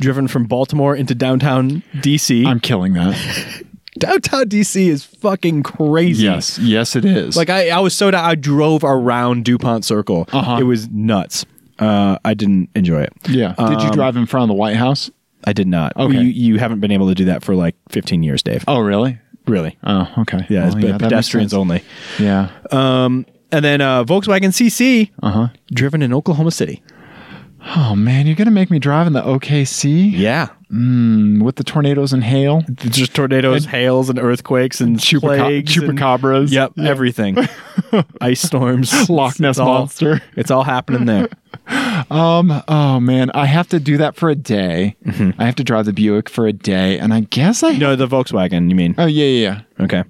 Speaker 1: driven from Baltimore into downtown DC.
Speaker 2: I'm killing that.
Speaker 1: downtown DC is fucking crazy.
Speaker 2: yes. Yes, it is.
Speaker 1: Like I, I was so down. I drove around Dupont Circle.
Speaker 2: Uh-huh.
Speaker 1: It was nuts. Uh, I didn't enjoy it. Uh,
Speaker 2: yeah. Um, Did you drive in front of the White House?
Speaker 1: I did not.
Speaker 2: Okay.
Speaker 1: You, you haven't been able to do that for like 15 years, Dave.
Speaker 2: Oh, really?
Speaker 1: Really?
Speaker 2: Oh, okay.
Speaker 1: Yeah, it's
Speaker 2: Well,
Speaker 1: pe-
Speaker 2: that makes
Speaker 1: pedestrians
Speaker 2: sense.
Speaker 1: only.
Speaker 2: Yeah.
Speaker 1: And then uh, Volkswagen CC,
Speaker 2: Uh-huh.
Speaker 1: driven in Oklahoma City.
Speaker 2: oh man, you're gonna make me drive in the OKC
Speaker 1: Yeah,
Speaker 2: with the tornadoes and hail.
Speaker 1: just tornadoes, hails, and earthquakes, and
Speaker 2: Chupaca-
Speaker 1: plagues, and-
Speaker 2: chupacabras.
Speaker 1: yep, everything. Ice storms,
Speaker 2: Loch Ness
Speaker 1: It's all-
Speaker 2: monster.
Speaker 1: It's all happening there.
Speaker 2: Oh man, I have to do that for a day. I have to drive the Buick for a day, and I guess I.
Speaker 1: No, the Volkswagen. You mean?
Speaker 2: Oh yeah, yeah, yeah.
Speaker 1: Okay.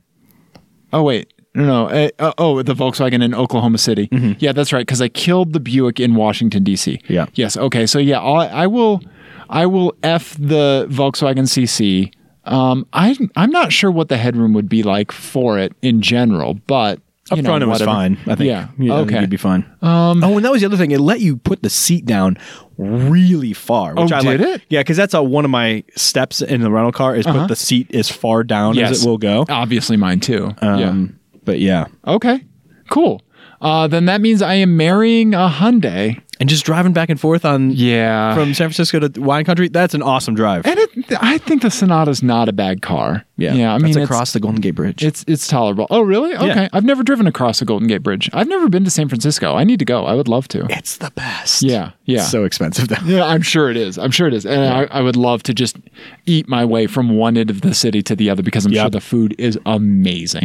Speaker 2: Oh wait, no, no. eh, uh, oh, the Volkswagen in Oklahoma City. Yeah, that's right. Because I killed the Buick in Washington D.C.
Speaker 1: Mm-hmm. Yeah.
Speaker 2: Yes. Okay. So yeah, I, I will. I will f the Volkswagen CC. Um, I I'm not sure what the headroom would be like for it in general, but
Speaker 1: Up
Speaker 2: you know,
Speaker 1: front, it was
Speaker 2: whatever.
Speaker 1: fine. I think.
Speaker 2: Yeah.
Speaker 1: I think
Speaker 2: okay.
Speaker 1: you'd be fine. oh, and that was the other thing. It let you put the seat down really far. Which
Speaker 2: Oh,
Speaker 1: I like.
Speaker 2: did it?
Speaker 1: Yeah, because that's uh, one of my steps in the rental car is put the seat as far down as
Speaker 2: Yes.
Speaker 1: it will go.
Speaker 2: Obviously, mine too. yeah.
Speaker 1: Um, But yeah,
Speaker 2: Okay. Cool. Uh, then that means I am marrying a Hyundai.
Speaker 1: and just driving back and forth on
Speaker 2: Yeah.
Speaker 1: from San Francisco to wine country. That's an awesome drive.
Speaker 2: and it, I think the Sonata's not a bad car. Yeah. I mean,
Speaker 1: that's
Speaker 2: it's,
Speaker 1: across the Golden Gate Bridge.
Speaker 2: it's it's tolerable. Oh, really? Okay. I've never driven across the Golden Gate Bridge. I've never been to San Francisco. I need to go. I would love to.
Speaker 1: it's the best.
Speaker 2: Yeah. Yeah.
Speaker 1: so expensive though.
Speaker 2: yeah, I'm sure it is. I'm sure it is. And I, I would love to just eat my way from one end of the city to the other because I'm sure
Speaker 1: Yep.
Speaker 2: the food is amazing.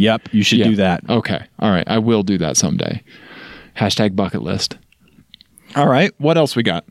Speaker 1: Yep, you should
Speaker 2: Yeah.
Speaker 1: do that.
Speaker 2: Okay. All right. I will do that someday. Hashtag bucket list. All right. What else we got?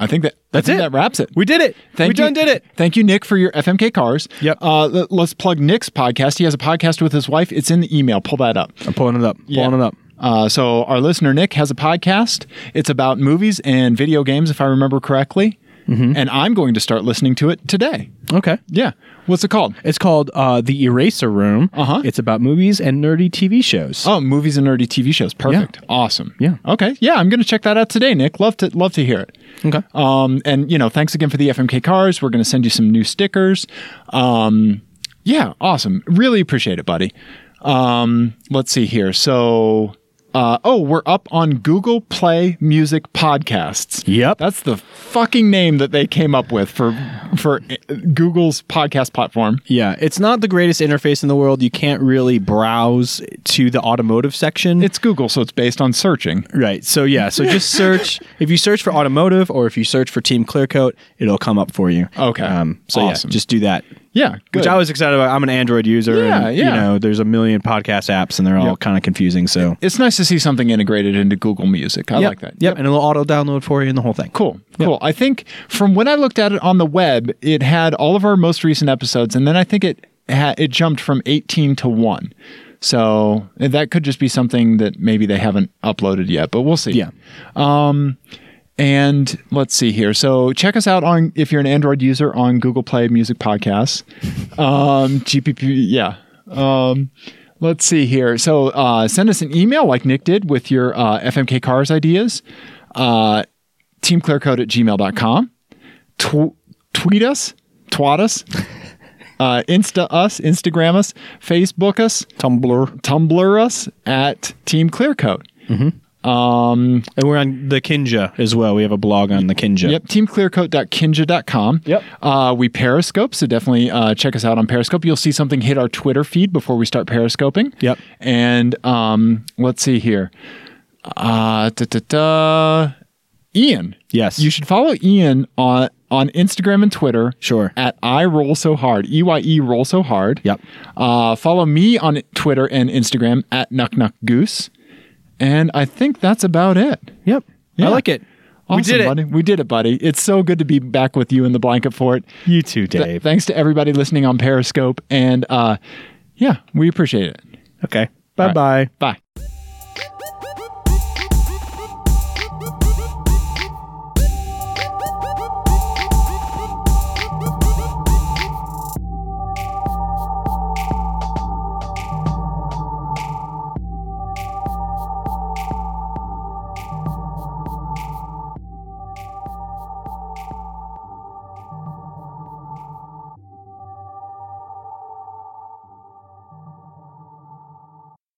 Speaker 2: I think that
Speaker 1: That's
Speaker 2: I think
Speaker 1: it.
Speaker 2: That wraps it.
Speaker 1: We did it.
Speaker 2: Thank
Speaker 1: we
Speaker 2: you.
Speaker 1: done did it.
Speaker 2: Thank you, Nick, for your FMK cars.
Speaker 1: Yep.
Speaker 2: Uh, let- let's plug Nick's podcast. He has a podcast with his wife. It's in the email. Pull that up.
Speaker 1: I'm pulling it up. Pulling
Speaker 2: Yeah.
Speaker 1: it up.
Speaker 2: Uh, so our listener Nick has a podcast. It's about movies and video games, if I remember correctly.
Speaker 1: Mm-hmm.
Speaker 2: And I'm going to start listening to it today.
Speaker 1: Okay.
Speaker 2: Yeah. What's it called?
Speaker 1: It's called uh, the Eraser Room.
Speaker 2: Uh-huh.
Speaker 1: It's about movies and nerdy TV shows.
Speaker 2: Oh, movies and nerdy TV shows. Perfect. Awesome.
Speaker 1: Yeah.
Speaker 2: Okay. Yeah, I'm going to check that out today, Nick. Love to love to hear it.
Speaker 1: Okay.
Speaker 2: Um, and you know, thanks again for the FMK cars. We're going to send you some new stickers. Um, yeah, awesome. Really appreciate it, buddy. Um, let's see here. So, uh, oh, we're up on Google Play Music Podcasts.
Speaker 1: Yep.
Speaker 2: That's the fucking name that they came up with for for uh, Google's podcast platform.
Speaker 1: Yeah, it's not the greatest interface in the world. You can't really browse to the automotive section.
Speaker 2: It's Google, so it's based on searching.
Speaker 1: Right. So yeah. So just search if you search for automotive or if you search for Team Clearcoat, it'll come up for you.
Speaker 2: Okay.
Speaker 1: Um, so
Speaker 2: Awesome.
Speaker 1: yeah, just do that.
Speaker 2: Yeah, good.
Speaker 1: Which I was excited about. I'm an Android user.
Speaker 2: Yeah,
Speaker 1: and,
Speaker 2: yeah.
Speaker 1: You know, there's a million podcast apps and they're all
Speaker 2: Yep.
Speaker 1: kind of confusing. So
Speaker 2: it's nice to see something integrated into Google Music. I
Speaker 1: Yep,
Speaker 2: like that.
Speaker 1: Yep. And it'll auto download for you and the whole thing.
Speaker 2: Cool. Cool. I think from when I looked at it on the web, it had all of our most recent episodes, and then I think it ha- it jumped from 18 to one. So that could just be something that maybe they haven't uploaded yet, but we'll see.
Speaker 1: Yeah.
Speaker 2: And let's see here. So check us out on if you're an Android user on Google Play Music Podcasts. Um, GPP, yeah. Um, let's see here. So uh, send us an email like Nick did with your uh, FMK cars ideas. Uh, teamclearcode at gmail.com. Tw- tweet us, twat us, uh, Insta us, Instagram us, Facebook us,
Speaker 1: Tumblr.
Speaker 2: Tumblr us at Team Clearcoat.
Speaker 1: And we're on the Kinja as well. We have a blog on the Kinja.
Speaker 2: Yep, teamclearcoat.kinja.com.
Speaker 1: Yep.
Speaker 2: Uh, we Periscope, so definitely uh, check us out on Periscope. You'll see something hit our Twitter feed before we start Periscoping.
Speaker 1: Yep.
Speaker 2: And um, let's see here. Uh, da, da, da. Ian.
Speaker 1: Yes.
Speaker 2: You should follow Ian on, on Instagram and Twitter.
Speaker 1: Sure.
Speaker 2: At I Roll So Hard. E Y E Roll So Hard.
Speaker 1: Yep.
Speaker 2: Uh, follow me on Twitter and Instagram at Nuck Nuck Goose. And I think that's about it.
Speaker 1: Yep.
Speaker 2: Yeah.
Speaker 1: I like it.
Speaker 2: Awesome,
Speaker 1: did it.
Speaker 2: buddy. We did it, buddy. It's so good to be back with you in the blanket fort.
Speaker 1: You too,
Speaker 2: Th-
Speaker 1: Dave.
Speaker 2: thanks to everybody listening on Periscope. And uh, yeah, we appreciate it.
Speaker 1: okay.
Speaker 2: All
Speaker 1: Bye
Speaker 2: right.
Speaker 1: bye.
Speaker 2: Bye.
Speaker 7: Thank you.